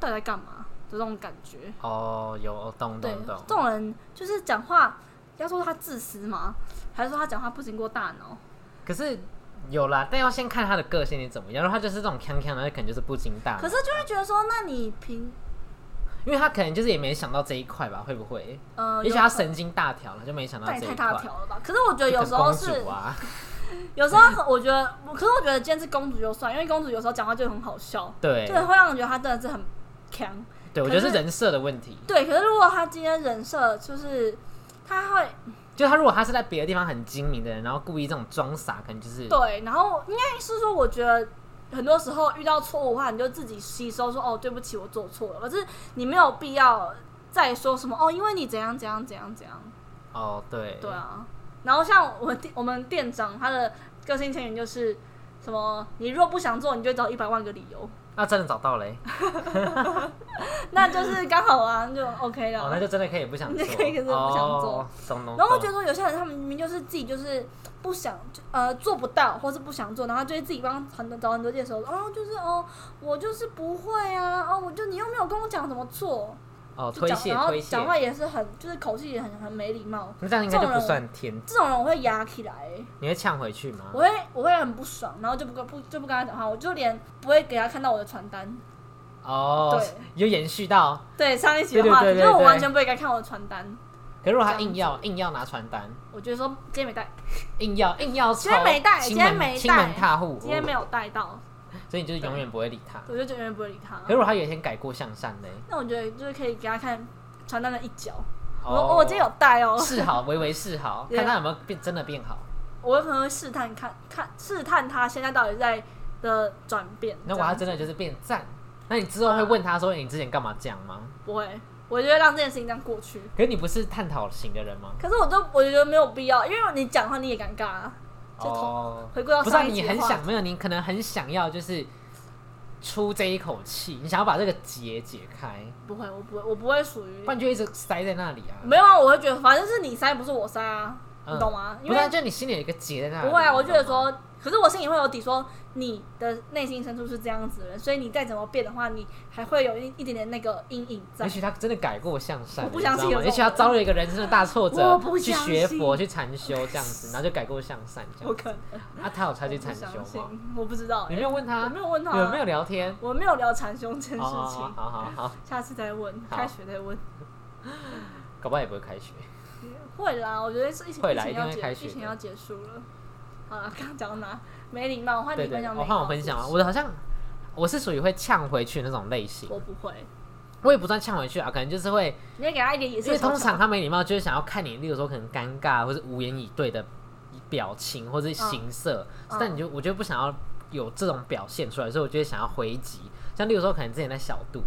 S2: 到底在干嘛的这种感觉。
S1: 哦，有懂
S2: 对
S1: 懂，
S2: 这
S1: 懂，
S2: 种人就是讲话，要说他自私吗？还是说他讲话不经过大脑？
S1: 可是。有啦，但要先看他的个性你怎么样。如果他就是这种锵锵的，那可能就是不经大脑
S2: 可是就会觉得说，那你平
S1: 因为他可能就是也没想到这一块吧，会不会？
S2: 呃，
S1: 也许
S2: 有
S1: 他
S2: 可能
S1: 神经大条了，就没想到
S2: 但
S1: 这
S2: 也
S1: 一块。
S2: 太大条了吧？可是我觉得
S1: 就
S2: 有
S1: 可
S2: 时
S1: 能
S2: 候
S1: 公
S2: 是，
S1: 主啊，
S2: 有时候我觉得，可是我觉得今天是公主就算，因为公主有时候讲话就很好笑，
S1: 对
S2: 就会让人觉得她真的是很强。
S1: 对，我
S2: 可
S1: 觉得是
S2: 是
S1: 人设的问题。
S2: 对，可是如果她今天人设就是，她会
S1: 就他如果他是在别的地方很精明的人，然后故意这种装傻，可能就是
S2: 对，然后应该是说，我觉得很多时候遇到错误的话，你就自己吸收说，哦，对不起，我做错了。可是你没有必要再说什么哦，因为你怎样怎样怎样怎样。
S1: 哦，对
S2: 对啊，然后像我店我们店长他的个性签名就是什么，你若不想做，你就找一百万个理由，
S1: 那真的找到嘞、
S2: 那就是刚好啊，就 OK 了。
S1: 哦，那就真的可以不想做，
S2: 那可以可是不想做
S1: 哦、懂懂。
S2: 然后我觉
S1: 懂
S2: 得说有些人他们明明就是自己就是不想就呃做不到，或是不想做，然后他就会自己帮很多找很多借口，哦就是哦我就是不会啊，哦我就你又没有跟我讲怎么做，
S1: 哦，
S2: 就
S1: 推
S2: 讲
S1: 卸
S2: 然后
S1: 推卸
S2: 讲，话也是很就是口气也很很没礼貌，
S1: 那这样应该
S2: 这
S1: 就
S2: 种
S1: 不
S2: 人
S1: 算天，
S2: 这种人我会压起来欸、
S1: 你会呛回去吗
S2: 我？会我会很不爽，然后就不跟不就不跟他讲话，我就连不会给他看到我的传单。
S1: 哦
S2: 对，
S1: 有延续到。
S2: 对上一集的话题，
S1: 对对对对
S2: 就是我
S1: 对
S2: 完全不会给他看我的传单，
S1: 可是如果
S2: 这样
S1: 他
S2: 子
S1: 硬要硬要拿传单，
S2: 我觉得说今天没带，
S1: 硬要硬要抄，
S2: 今天没带
S1: 亲
S2: 今天
S1: 门
S2: 没
S1: 亲门
S2: 带
S1: 踏户，哦
S2: 今天没有带到，
S1: 所以你就是永远不会理他。
S2: 我就永远不会理他。
S1: 可是如果他有一天改过向善嘞，
S2: 那我觉得就是可以给他看传单的一角，我说、
S1: 哦
S2: 哦、我今天有带哦，
S1: 示好，微微示 好，
S2: 对
S1: 看他有没有变真的变好。
S2: 我有可能会试探看看试探他现在到底在的转变。
S1: 那
S2: 这
S1: 我
S2: 样
S1: 要真的就是变赞，那你之后会问他说你之前干嘛这样吗？
S2: 不会，我就会让这件事情这样过去。
S1: 可是你不是探讨型的人吗？
S2: 可是我就我觉得没有必要，因为你讲话你也尴尬、啊，就同、
S1: 哦，
S2: 回归到
S1: 不是啊、
S2: 上一
S1: 你
S2: 集的
S1: 很
S2: 话
S1: 想没有，你可能很想要就是出这一口气，你想要把这个结解开，
S2: 不会，我不会，我不会属于
S1: 不然就一直塞在那里啊。
S2: 嗯没有啊，我会觉得反正是你塞，不是我塞啊，
S1: 嗯
S2: 你懂吗？因
S1: 不
S2: 为
S1: 是啊，就你心里有一个结在那里。
S2: 不会啊，
S1: 你
S2: 我
S1: 懂
S2: 觉得
S1: 吗，
S2: 说，可是我心里会有底，说你的内心深处是这样子的人，所以你再怎么变的话，你还会有一一点点那个阴影在
S1: 也。许他真的改过向善，
S2: 我不
S1: 你
S2: 相
S1: 知
S2: 信
S1: 道
S2: 有
S1: 吗
S2: 这种
S1: 也许他
S2: 人
S1: 遭了一个人生的大挫
S2: 我
S1: 折
S2: 不，
S1: 去
S2: 相
S1: 学佛，
S2: 信
S1: 去禅修这样子，然后就改过向善这
S2: 不
S1: 样
S2: 可能，
S1: 啊，他有才去
S2: 我不
S1: 禅修
S2: 相信
S1: 吗？，
S2: 我不知道、
S1: 你
S2: 欸，
S1: 没有问
S2: 我
S1: 他
S2: 没，有问他、啊
S1: 你们没有，聊天？
S2: 我没有聊禅修这件
S1: 好
S2: 事
S1: 好好
S2: 情，
S1: 好好好，
S2: 下次再问，
S1: 好
S2: 开学再问。
S1: 搞不好也不会开学。
S2: 会啦，我觉得是疫情
S1: 会
S2: 疫
S1: 啦
S2: 情
S1: 一定
S2: 要
S1: 会
S2: 结
S1: 开
S2: 疫
S1: 学
S2: 情
S1: 的
S2: 要结束了。好了，刚刚讲到哪？没礼貌，换
S1: 对
S2: 你
S1: 对
S2: 分
S1: 对，
S2: 享。
S1: 我换我分享啊，，我的好像我是属于会呛回去的那种类型，
S2: 我不会，
S1: 我也不算呛回去啊，可能就是会，
S2: 你要给他一点也是。
S1: 因为通常他没礼貌，就是想要看你，例如说可能尴尬或者无言以对的表情或者是形色，
S2: 嗯
S1: 但你就我就不想要有这种表现出来，所以我就会想要回击。像例如说，可能之前在小度，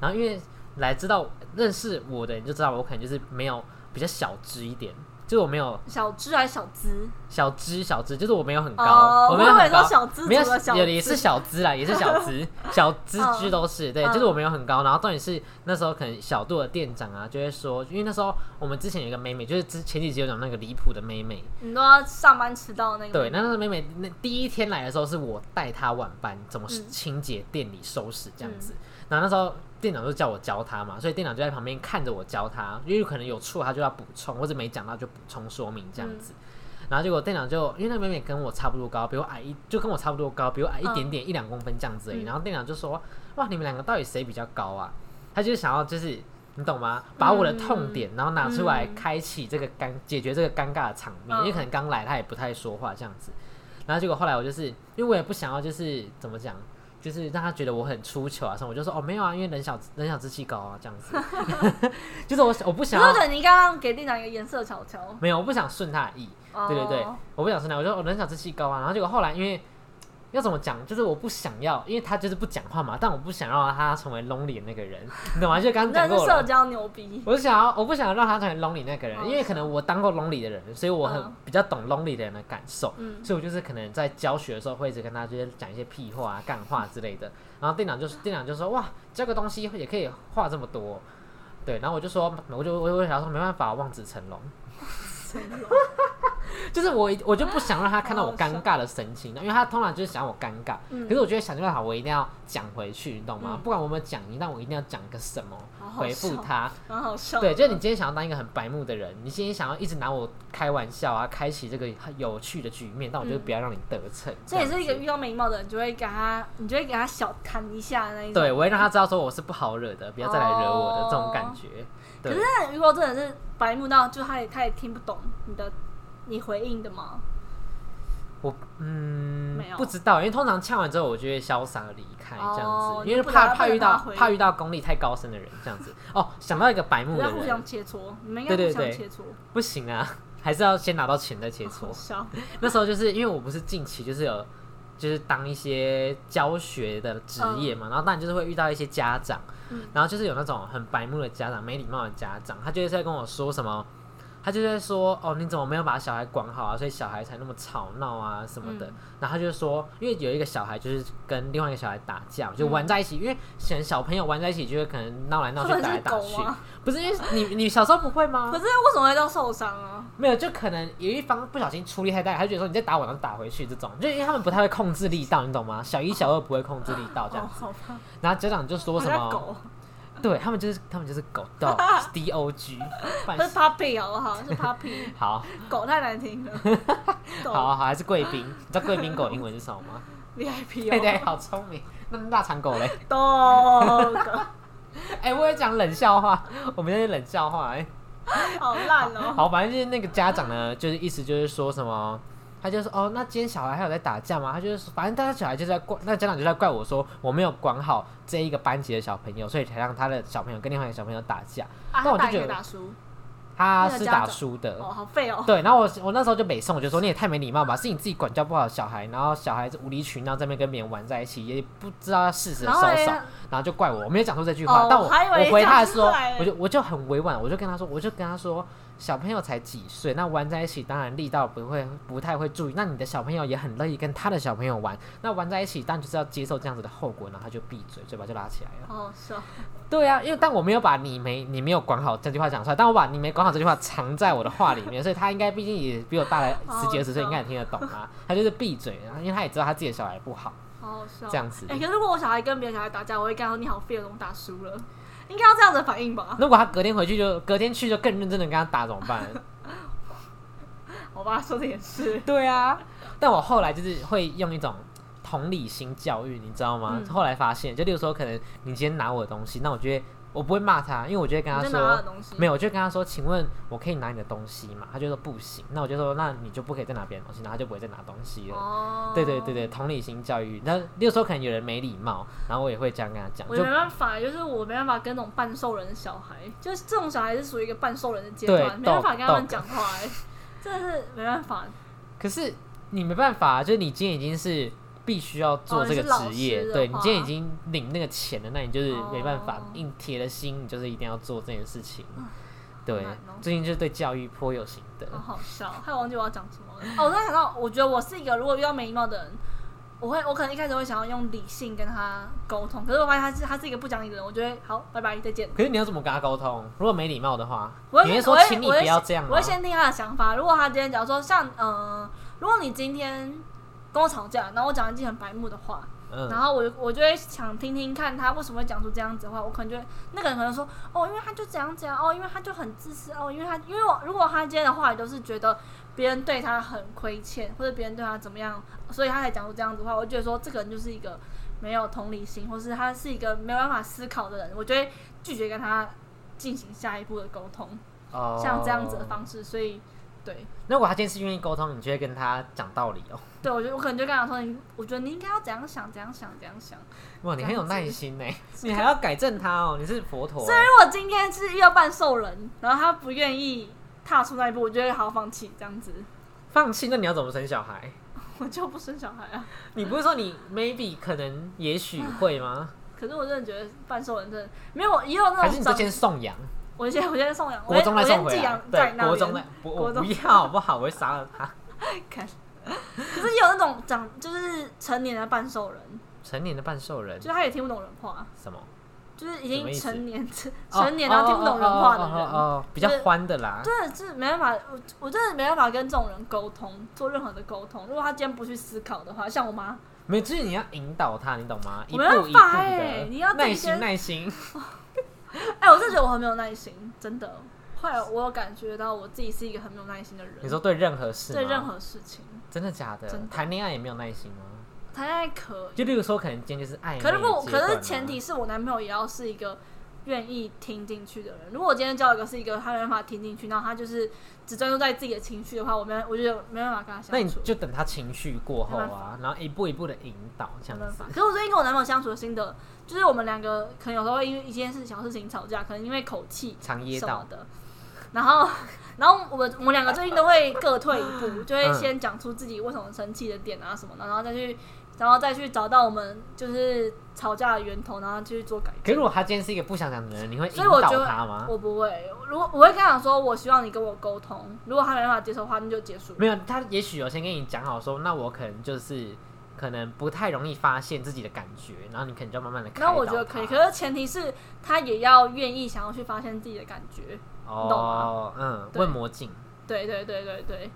S1: 然后因为来知道认识我的人就知道我可能就是没有比较小只一点，就是我没有
S2: 小只还是小资？
S1: 小只小只，就是我没有很高，
S2: 哦，
S1: 没
S2: 我
S1: 有
S2: 以为
S1: 很
S2: 说
S1: 高，
S2: 小资族
S1: 没有
S2: 的小
S1: 也也是
S2: 资，
S1: 小资啦，也是小 资，小资居都是对，
S2: 嗯
S1: 就是我没有很高。然后重点是那时候可能小度的店长啊，就会说，因为那时候我们之前有一个妹妹，就是之前几集有讲那个离谱的妹妹，
S2: 你都要上班迟到那个。
S1: 对，那那个妹妹那第一天来的时候是我带她晚班，怎么
S2: 嗯
S1: 清洁店里收拾这样子。然后那时候店长就叫我教她嘛，所以店长就在旁边看着我教她，因为可能有错她就要补充，或者没讲到就补充说明这样子。
S2: 嗯
S1: 然后结果店长就因为那个妹妹跟我差不多高，比我矮一就跟我差不多高，比我矮一点点、一两公分这样子而已。
S2: 嗯
S1: 然后店长就说：“哇，你们两个到底谁比较高啊？”他就是想要就是你懂吗？把我的痛点然后拿出来
S2: 嗯
S1: 开启这个尴解决这个尴尬的场面，
S2: 嗯
S1: 因为可能刚来他也不太说话这样子。然后结果后来我就是因为我也不想要就是怎么讲。就是让他觉得我很出糗啊什么，我就说哦没有啊，因为人小人小志气高啊这样子， 就是我我不
S2: 可
S1: 想
S2: 是我
S1: 要
S2: 觉得你刚刚给店长一个颜色瞧瞧。
S1: 没有我不想顺他的意，
S2: 哦
S1: 对对对，我不想生他，我就我人小志气高啊。然后结果后来因为要怎么讲，就是我不想要，因为他就是不讲话嘛，但我不想让他成为 lonely 的那个人，你懂吗？就刚刚
S2: 那
S1: 讲
S2: 是
S1: 过
S2: 社
S1: 了。
S2: 交牛逼。
S1: 我想要，我不想让他成为 lonely 那个人，
S2: 哦
S1: 因为可能我当过 lonely 的人，所以我很
S2: 嗯
S1: 比较懂 lonely 的人的感受，
S2: 嗯
S1: 所以我就是可能在教学的时候会一直跟他就是讲一些屁话啊、干话之类的。然后店长就是店长就说：“哇，这个东西也可以画这么多。”对，然后我就说，我就我我想说没办法，望子成龙。 就是我一我就不想让他看到我尴尬的神 情，因为他通常就是想我尴尬。
S2: 嗯
S1: 可是我觉得想尽办法，我一定要讲回去，你懂吗？
S2: 嗯
S1: 不管我有没有讲赢，但我一定要讲个什么
S2: 好好
S1: 回复
S2: 笑
S1: 他。
S2: 蛮好笑。
S1: 对，就是你今天想要当一个很白目的人，你今天想要一直拿我开玩笑啊，开启这个很有趣的局面，但我就
S2: 嗯
S1: 不要让你得逞。
S2: 这也
S1: 样
S2: 是一个
S1: 子
S2: 遇到没礼貌的人，就会给他，你就会给他小弹一下那一种。
S1: 对，我会让他知道说我是不好惹的，不要再来惹我的、这种
S2: 哦
S1: 感觉。
S2: 可
S1: 对
S2: 是，那如果真的是白目到，就他也他也听不懂你的你回应的吗？
S1: 我嗯
S2: 没有
S1: 不知道，因为通常呛完之后，我就会潇洒地离开这样子，
S2: 哦
S1: 因为
S2: 你不
S1: 怕
S2: 能
S1: 怕
S2: 不能
S1: 遇到
S2: 让他回
S1: 怕遇到功力太高深的人这样子。哦，想到一个白目
S2: 不
S1: 的
S2: 要互
S1: 人
S2: 相，切磋，你们应该
S1: 对
S2: 互
S1: 对
S2: 相切
S1: 对
S2: 磋。
S1: 不行啊， 还是要先拿到钱再切 磋
S2: 好。笑，
S1: 那时候就是因为我不是近期就是有就是当一些教学的职业嘛，然后当然就是会遇到一些家长，
S2: 嗯
S1: 然后就是有那种很白目的家长、没礼貌的家长，他就是在跟我说什么。他就在说哦，你怎么没有把小孩管好啊？所以小孩才那么吵闹啊什么的。
S2: 嗯
S1: 然后他就说，因为有一个小孩就是跟另外一个小孩打架，就
S2: 嗯
S1: 玩在一起，因为显然小朋友玩在一起就会可能闹 来闹去
S2: 或者
S1: 打来
S2: 是
S1: 打
S2: 狗
S1: 去。
S2: 吗？
S1: 不是因为你你小时候不会吗？
S2: 可是为什么会到受伤啊？
S1: 没有，就可能有一方不小心出力太大，他就觉得说你在打我，然后打回去这种，就因为他们不太会控制力道，你懂吗？小一、小二不会控制力道这
S2: 哦，
S1: 样，
S2: 好吧，
S1: 然后家长就说
S2: 好
S1: 什
S2: 像
S1: 么，
S2: 狗，
S1: 对他们就是他们就是狗 dog D O G，
S2: 不 是 puppy 好不好？是 puppy，
S1: 好
S2: 狗太难听 了。
S1: 好啊
S2: 狗
S1: 好还是贵宾，你知道贵宾狗英文是什么吗？
S2: VIP
S1: 对对，
S2: 哦，
S1: 好聪明。那腊肠狗嘞？
S2: 狗，
S1: 哎、我也讲冷笑话，我们在冷笑话、哎。
S2: 好烂哦。
S1: 好，反正就是那个家长呢，就是意思就是说什么，他就说哦，那今天小孩还有在打架吗？他就是说反正大家小孩就在怪，那家长就在怪我说我没有管好这一个班级的小朋友，所以才让他的小朋友跟另外一个小朋友打架。
S2: 啊，
S1: 那我
S2: 他打
S1: 就觉
S2: 也可以
S1: 得呃
S2: 打输，
S1: 他
S2: 那个
S1: 是
S2: 家
S1: 打
S2: 长
S1: 输的，
S2: 哦，好废哦。
S1: 对，然后我我那时候就北宋，我就说你也太没礼貌吧，是你自己管教不好小孩，然后小孩子无理取闹，在那边跟别人玩在一起，也不知道事实的
S2: 然
S1: 收
S2: 后嘞
S1: 手，然后就怪我，我没有讲出这句话，
S2: 哦
S1: 但我
S2: 我还以为
S1: 我回他
S2: 讲
S1: 的时
S2: 出
S1: 候
S2: 来，了
S1: 我就我就很委婉，我就跟他说，我就跟他说，小朋友才几岁，那玩在一起当然力道不会不太会注意，那你的小朋友也很乐意跟他的小朋友玩，那玩在一起当然就是要接受这样子的后果，然后他就闭嘴，嘴巴就拉起来了。
S2: 好好笑。
S1: 对啊，因为但我没有把你没你没有管好这句话讲出来，但我把你没管好这句话藏在我的话里面， 所以他应该毕竟也比我大了十几二十岁，
S2: 哦
S1: 应该也听得懂 啊。他就是闭嘴，然后因为他也知道他自己的小孩不好，
S2: 好好笑。
S1: 这样子
S2: 哎、可是如果我小孩跟别的小孩打架，我会跟他说你好废，哦我打输了，应该要这样的反应吧？
S1: 如果他隔天回去就隔天去就更认真的跟他打怎么办？
S2: 我爸说的也是，
S1: 对啊，但我后来就是会用一种同理心教育，你知道吗？
S2: 嗯
S1: 后来发现，就例如说，可能你今天拿我的东西，那我就会我不会骂他，因为我就会跟他
S2: 你就拿他
S1: 说
S2: 的。啊东西，
S1: 没有，我就跟他说：“请问我可以拿你的东西吗？”他就说：“不行。”那我就说：“那你就不可以再拿别人的东西。”然后他就不会再拿东西了。
S2: 哦，
S1: 对对对对，同理心教育。那有时候可能有人没礼貌，然后我也会这样跟他讲，
S2: 我
S1: 就
S2: 也没办法，就是我没办法跟那种半兽人的小孩，就是这种小孩是属于一个半兽人的阶
S1: 对
S2: 段，没办法
S1: dog，
S2: 跟他们
S1: dog
S2: 讲话、哎，真的是没办法。
S1: 可是你没办法，就是你今天已经是必须要做
S2: 哦
S1: 这
S2: 你
S1: 个
S2: 是老
S1: 职业，
S2: 师的
S1: 对你今天已
S2: 话
S1: 经领那个钱了，那你就是没办法
S2: 哦，
S1: 硬铁了心，你就是一定要做这件事情。对
S2: 难哦，
S1: 最近就是对教育颇有心得。
S2: 好好笑，害我忘记我要讲什么了。哦，我突然想到，我觉得我是一个如果遇到没礼貌的人，我会我可能一开始会想要用理性跟他沟通，可是我发现他是他是一个不讲理的人，我就会好拜拜再见。
S1: 可是你要怎么跟他沟通？如果没礼貌的话，
S2: 我
S1: 你
S2: 先
S1: 会说
S2: 我会
S1: 请你
S2: 我会
S1: 不要这样啊吗
S2: 我会先听他的想法。如果他今天假如说像呃，如果你今天跟我吵架，然后我讲一句很白目的话，然
S1: 嗯，
S2: 后我就哦我就会想听听看他为什么会讲出这样子的话，哦我可能就会那个人可能说哦，因为他就这样讲哦，因为他就很自私哦，因为他因为我如果他今天的话都是觉得别人对他很亏欠，或者别人对他怎么样，所以他才讲出这样子的话，我就觉得说这个人就是一个没有同理心，或是他是一个没有办法思考的人，我就会拒绝跟他进行下一步的沟通，
S1: 哦
S2: 像这样子的方式，所以对。
S1: 那如果他今天是愿意沟通，你就会跟他讲道理哦。
S2: 对，我就我可能就跟他说，你我觉得你应该要怎样想，怎样想，怎样想。
S1: 哇，你很有
S2: 这样子
S1: 耐心呢，你还要改正他哦，你是佛陀
S2: 所以如果今天是遇到半兽人，然后他不愿意踏出那一步，我就会好好放弃这样子，
S1: 放弃，那你要怎么生小孩？
S2: 我就不生小孩啊。
S1: 你不是说你 maybe 可能也许
S2: 嗯
S1: 会吗？
S2: 可是我真的觉得半兽人真的没有，也有那
S1: 还是
S2: 种
S1: 你就
S2: 长，
S1: 先送养，
S2: 我先我先送哦养，我
S1: 国
S2: 先
S1: 中
S2: 我
S1: 再
S2: 先
S1: 送回
S2: 寄
S1: 来
S2: 养？在
S1: 啊对，
S2: 那
S1: 国中再
S2: 边
S1: 不，
S2: 国
S1: 我
S2: 中
S1: 不要好不好？我会杀了啊他。
S2: 看。可是也有那种长就是成年的半兽人，
S1: 成年的半兽人
S2: 就是他也听不懂人话，
S1: 什么？
S2: 就是已
S1: 什么
S2: 经
S1: 意思
S2: 成年
S1: 哦
S2: 成年然啊后听不懂人话的
S1: 哦哦哦哦哦
S2: 人，
S1: 哦比较
S2: 就是
S1: 欢的啦。
S2: 真的是没办法，我我真的没办法跟这种人沟通，做任何的沟通。如果他今天不去思考的话，像我妈，
S1: 没有，就是你要引导他，你懂吗？一
S2: 我
S1: 步
S2: 没办
S1: 一步
S2: 法欸
S1: 的，
S2: 你要自己
S1: 耐
S2: 先
S1: 心，耐心。
S2: 哎、我真的觉得我很没有耐心，真的。后来我有感觉到我自己是一个很没有耐心的人。
S1: 你说对任何事吗，
S2: 对任何事情，
S1: 真的假的
S2: 真的？
S1: 谈恋爱也没有耐心吗？
S2: 谈恋爱可以，
S1: 就例如说，可能今天就是爱，
S2: 可是不，可
S1: 啊
S2: 是前提，是我男朋友也要是一个愿意听进去的人。如果我今天交一个是一个他没办法听进去，然后他就是只专注在自己的情绪的话，我没我觉得没办法跟他
S1: 那
S2: 相
S1: 你
S2: 处。
S1: 就等他情绪过后
S2: 没
S1: 啊，然后一步一步的引导这
S2: 没办
S1: 样子
S2: 法。。可是我最近跟我男朋友相处的心得，就是我们两个可能有时候会因为一件事小事情吵架，可能因为口气
S1: 常噎
S2: 什么
S1: 到，
S2: 的，然后。 然后我们我们两个最近都会各退一步，就会
S1: 嗯
S2: 先讲出自己为什么生气的点啊什么的，然后再去，然后再去找到我们就是吵架的源头，然后去做改
S1: 可是
S2: 正
S1: 如。果他今天是一个不想讲的人，你会引
S2: 所以我
S1: 导
S2: 就
S1: 他吗？
S2: 我不会，如果我会跟他讲说，我希望你跟我沟通，如果他没办法接受的话，那就结束。
S1: 没有，他也许有先跟你讲好说，那我可能就是可能不太容易发现自己的感觉，然后你可能就慢慢的。
S2: 那我觉得可以，可是前提是他也要愿意想要去发现自己的感觉。你懂
S1: 哦，嗯，
S2: 对
S1: 问魔镜，
S2: 对对对对对，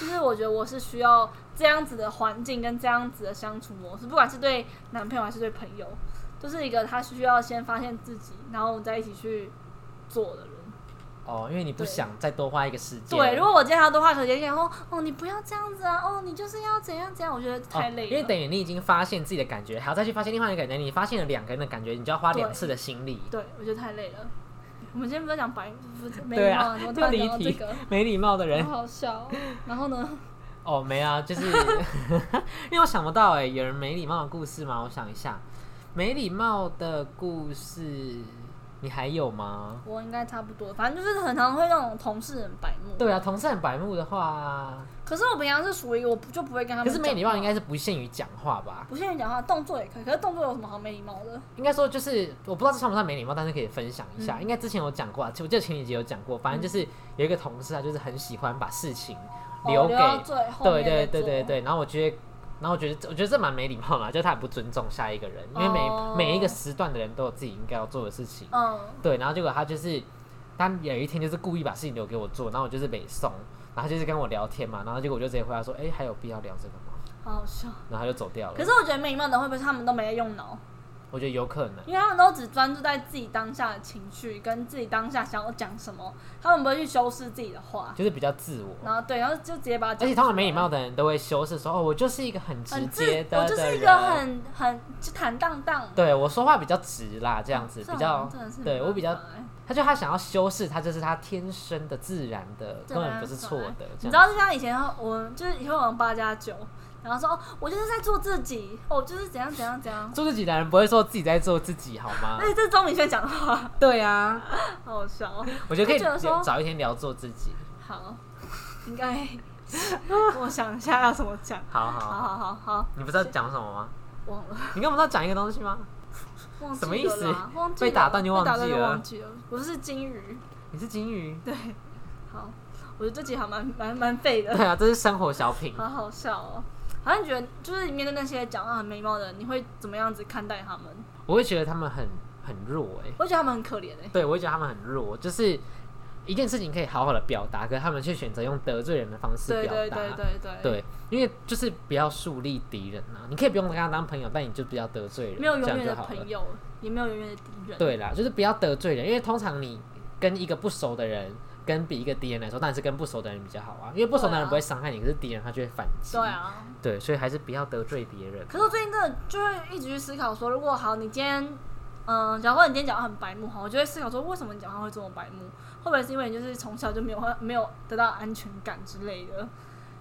S2: 就是我觉得我是需要这样子的环境跟这样子的相处模式，不管是对男朋友还是对朋友，就是一个他需要先发现自己，然后我们再一起去做的人。
S1: 哦，因为你不
S2: 对
S1: 想再多花一个时间。哦
S2: 对，如果我今天还要多花时间讲说，哦，你不要这样子啊，哦，你就是要怎样怎样，我觉得太累了。
S1: 哦，因为等于你已经发现自己的感觉，还要再去发现另外一个感觉，你发现了两个人的感觉，你就要花
S2: 对
S1: 两次的心力。
S2: 对，我觉得太累了。我们今天不是在讲白，不是没
S1: 对
S2: 礼貌
S1: 啊
S2: 啊，怎么，突
S1: 就
S2: 然
S1: 离
S2: 讲到这
S1: 题
S2: 个？，
S1: 没礼貌的人
S2: 好好笑哦。然后呢？
S1: 哦，没啊，就是 因为我想不到哎、有人没礼貌的故事吗？我想一下，没礼貌的故事，你还有吗？
S2: 我应该差不多，反正就是很常会那种同事很白目。
S1: 对啊，同事很白目的话，
S2: 可是我平常是属于一个我不就不会跟他
S1: 可
S2: 们。
S1: 是没礼貌应该是不限于讲话吧？
S2: 不限于讲话，动作也可以。可是动作有什么好没礼貌的？
S1: 应该说就是我不知道这算不算没礼貌，但是可以分享
S2: 嗯
S1: 一下。应该之前有讲过啊，我记得前几集有讲过，反正就是有一个同事啊，就是很喜欢把事情留
S2: 哦
S1: 给、
S2: 到最后
S1: 对
S2: 面再
S1: 对
S2: 做
S1: 对对。对，然后我觉得，然后我觉得这，我觉得这蛮没礼貌啦，就是他也不尊重下一个人，因为每、
S2: 哦
S1: 每一个时段的人都有自己应该要做的事情。
S2: 嗯，
S1: 对，然后结果他就是，他有一天就是故意把事情留给我做，然后我就是没送，然后他就是跟我聊天嘛，然后结果我就直接回答说，哎、还有必要聊这个吗？
S2: 好好笑。
S1: 然后他就走掉了。
S2: 可是我觉得没礼貌的会不会是他们都没在用脑？
S1: 我觉得有可能，
S2: 因为他们都只专注在自己当下的情绪跟自己当下想要讲什么，他们不会去修饰自己的话。
S1: 就是比较自我。
S2: 然后对，然后就直接把它
S1: 而
S2: 讲出来。
S1: 且通常没礼貌的人都会修饰说，哦，我就是一个很直
S2: 很自
S1: 接的
S2: 我就
S1: 的
S2: 是一
S1: 人
S2: 个很很就坦荡荡，
S1: 对我说话比较直啦，这
S2: 哦这
S1: 样子比较
S2: 种真的是没
S1: 对我
S2: 办
S1: 比较
S2: 法欸
S1: 他就他想要修饰，他这是他天生的、自然的，
S2: 这
S1: 根本不
S2: 没
S1: 是
S2: 办
S1: 错
S2: 法
S1: 的。
S2: 你
S1: 这
S2: 知
S1: 样
S2: 道，就像以前我们就是以前我们八加九，然后说哦，我就是在做自己，哦，我就是怎样怎样怎样。哎
S1: 做自己的人不会说自己在做自己，好吗
S2: 而？且这是钟明轩讲的话，
S1: 对啊，
S2: 好好笑哦。
S1: 我觉得可以
S2: 我觉得说
S1: 找一天聊做自己。
S2: 好，应该我想一下要怎么讲。
S1: 好好
S2: 好
S1: 好，
S2: 好好好，
S1: 你不知道讲什么吗？
S2: 忘了，
S1: 你干嘛要讲一个东西吗？
S2: 忘记
S1: 什么意思
S2: 了啦忘记
S1: 被
S2: 了
S1: 打断就
S2: 被
S1: 忘
S2: 打断
S1: 记
S2: 就
S1: 了
S2: 忘记了。我是金鱼，
S1: 你是 金鱼？
S2: 对，好，我觉得这集还蛮蛮蛮废的
S1: 对，啊，这是生活小品。
S2: 好好笑哦。好像觉得就是面对那些讲话很没礼貌的人，你会怎么样子看待他们？
S1: 我会觉得他们很很弱哎、
S2: 我觉得他们很可怜哎、
S1: 对我会觉得他们很弱，就是一件事情可以好好的表达，可是他们却选择用得罪人的方式
S2: 对
S1: 表达。
S2: 对对对对，
S1: 对因为就是不要树立敌人啊，你可以不用跟他当朋友，但你就不要得罪人，
S2: 没有
S1: 这
S2: 永
S1: 样
S2: 远
S1: 就
S2: 的
S1: 好了
S2: 朋。友，也没有永远的敌人。
S1: 对啦，就是不要得罪人，因为通常你跟一个不熟的人，跟比一个敌人来说，当然是跟不熟的人比较好啊，因为不熟的
S2: 对
S1: 人
S2: 啊
S1: 不会伤害你，可是敌人他就会反击。
S2: 对啊，
S1: 对，所以还是不要得罪别人。
S2: 可是我最近真的就会一直去思考说，如果好，你今天，嗯、假如说你今天讲话很白目哈，我就会思考说，为什么你讲话会这么白目？会不会是因为你就是从小就没有没有得到安全感之类的？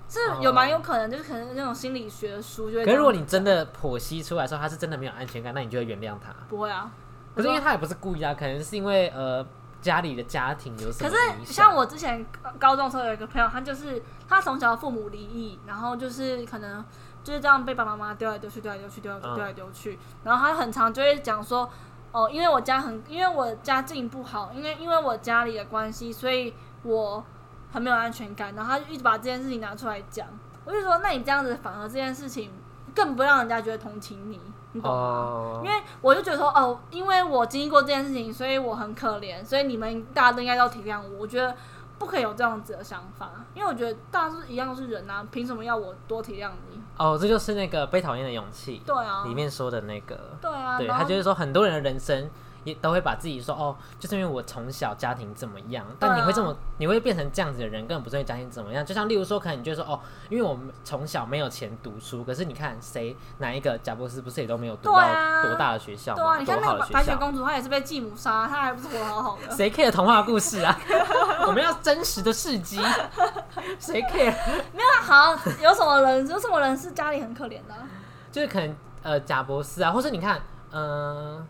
S2: 是有蛮有可能，就是可能那种心理学的书就会这样。
S1: 哦可是如果你真的剖析出来说他是真的没有安全感，那你就会原谅他。
S2: 不会啊，
S1: 可是因为他也不是故意啊，可能是因为呃家里的家庭有什
S2: 可
S1: 么
S2: 是
S1: 影响
S2: 像我之前高高中的时候有一个朋友，他就是他从小父母离异，然后就是可能就是这样被爸爸妈妈丢来丢去、丢来丢去、丢来丢
S1: 嗯
S2: 去丢来丢去，然后他很常就会讲说，哦，因为我家很，因为我家境不好，因为因为我家里的关系，所以我很没有安全感，然后他就一直把这件事情拿出来讲，我就说，那你这样子反而这件事情更不让人家觉得同情你，你懂吗？啊
S1: 哦
S2: 因，为我就觉得说，哦，因为我经历过这件事情，所以我很可怜，所以你们大家都应该要体谅我。我觉得不可以有这样子的想法，因为我觉得大家是一样都是人啊，凭什么要我多体谅你？
S1: 哦，这就是那个被讨厌的勇气
S2: 对啊，
S1: 里面说的那个，
S2: 对啊，
S1: 对
S2: 然
S1: 他
S2: 后
S1: 就是说很多人的人生。也都会把自己说哦，就是因为我从小家庭怎么样，但
S2: 对啊
S1: 你会这么，你会变成这样子的人，根本不是因为家庭怎么样。就像例如说，可能你就会说哦，因为我们从小没有钱读书，可是你看谁哪一个贾博士不是也都没有读
S2: 对
S1: 到
S2: 啊
S1: 多大的学校
S2: 对
S1: 吗，
S2: 啊，你看
S1: 多
S2: 那
S1: 好
S2: 个
S1: 的
S2: 白
S1: 学
S2: 白雪
S1: 校，
S2: 公主，她也是被继母杀，她还不是活得好好的。
S1: 谁 care 童话故事啊？ 我们要真实的事迹，谁 care？
S2: 那好，有什么人，有什么人是家里很可怜的啊、
S1: 就是可能呃贾博士啊，或是你看， 嗯、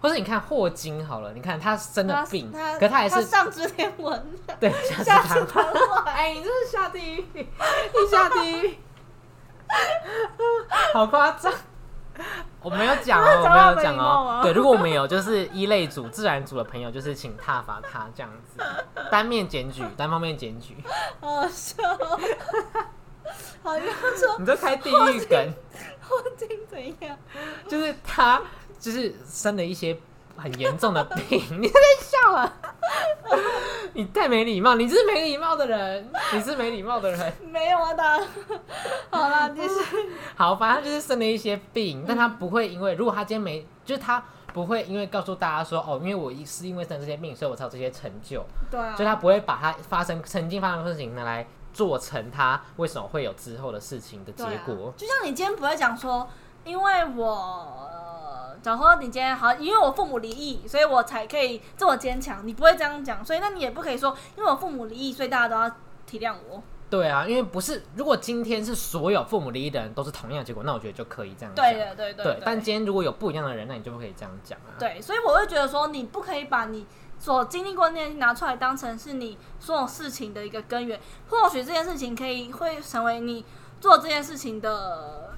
S1: 或是你看霍金好了，你看他生了病，
S2: 她
S1: 可他也
S2: 她
S1: 是
S2: 上知天文，
S1: 对， 下
S2: 下
S1: 次
S2: 知
S1: 他
S2: 天文，哎，你这是下地狱，你下地狱。
S1: 好夸张。我没有讲
S2: 你
S1: 哦，
S2: 不
S1: 我
S2: 要
S1: 没
S2: 讲话没礼
S1: 有讲
S2: 貌
S1: 哦
S2: 啊。
S1: 对，如果我们有就是一类组、自然组的朋友，就是请挞伐他这样 子，单面检举，单方面检举，
S2: 好笑 哦，好像说
S1: 你这开地狱 梗。
S2: 霍金怎样？
S1: 就是他就是生了一些很严重的 病，你在笑啊？你太没礼貌，你是没礼貌的人，你是没礼貌的人。
S2: 没有啊，他好啦，继续。
S1: 好，反正他就是生了一些
S2: 嗯
S1: 病，但他不会因为如果他今天没，就是他不会因为告诉大家说哦，因为我是因为生这些病，所以我才有这些成就，
S2: 对啊
S1: 所以他不会把他发生曾经发生的事情拿来做成他为什么会有之后的事情的结
S2: 对啊
S1: 果。
S2: 就像你今天不会讲说，因为我。呃假如说你今天好，因为我父母离异，所以我才可以这么坚强。你不会这样讲，所以那你也不可以说，因为我父母离异，所以大家都要体谅我。
S1: 对啊，因为不是，如果今天是所有父母离异的人都是同样的结果，那我觉得就可以这样讲。
S2: 对的，对对
S1: 对，但今天如果有不一样的人，那你就不可以这样讲啊。
S2: 对，所以我会觉得说，你不可以把你所经历过的那些拿出来当成是你所有事情的一个根源。或许这件事情可以会成为你做这件事情的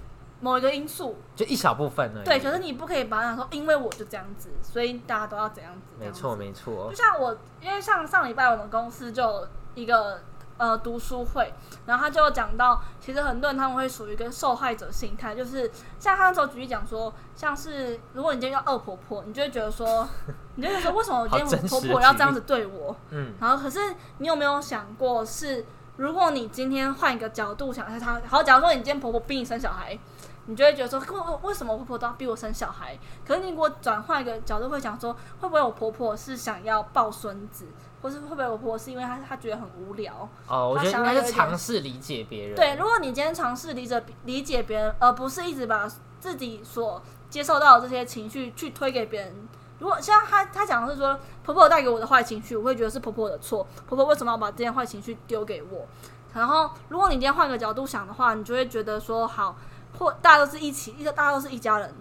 S2: 某一个因素，
S1: 就一小部分而已。
S2: 对。啊可是你不可以把它想说，因为我就这样子，所以大家都要怎样子。
S1: 没错，
S2: 这样
S1: 没
S2: 子。
S1: 错
S2: 就。像我，因为上上礼拜我们公司就有一个呃读书会，然后他就讲到，其实很多人他们会属于一个受害者心态，就是像他那时候举例讲说，像是如果你今天叫恶婆婆，你就会觉得说，你就会 说为什么我今
S1: 好真
S2: 天
S1: 实
S2: 婆
S1: 的
S2: 婆要
S1: 举
S2: 这样
S1: 例
S2: 子对我？
S1: 嗯，
S2: 然后可是你有没有想过是，如果你今天换一个角度想一下她，好，假如说你今天婆婆逼你生小孩。你就会觉得说，为为什么我婆婆都要逼我生小孩？可是你如果转换一个角度，会想说，会不会我婆婆是想要抱孙子，或是会不会我婆婆是因为她她觉得很无聊，
S1: 哦，我
S2: 他
S1: 觉得应
S2: 想要
S1: 该
S2: 有
S1: 是
S2: 一点
S1: 尝试理解别人。
S2: 对，如果你今天尝试理解理解别人，而不是一直把自己所接受到的这些情绪去推给别人。如果像他他讲的是说婆婆带给我的坏情绪，我会觉得是婆婆的错，婆婆为什么要把这些坏情绪丢给我？然后如果你今天换个角度想的话，你就会觉得说好，或大家都是一起，一个大家都是一家人，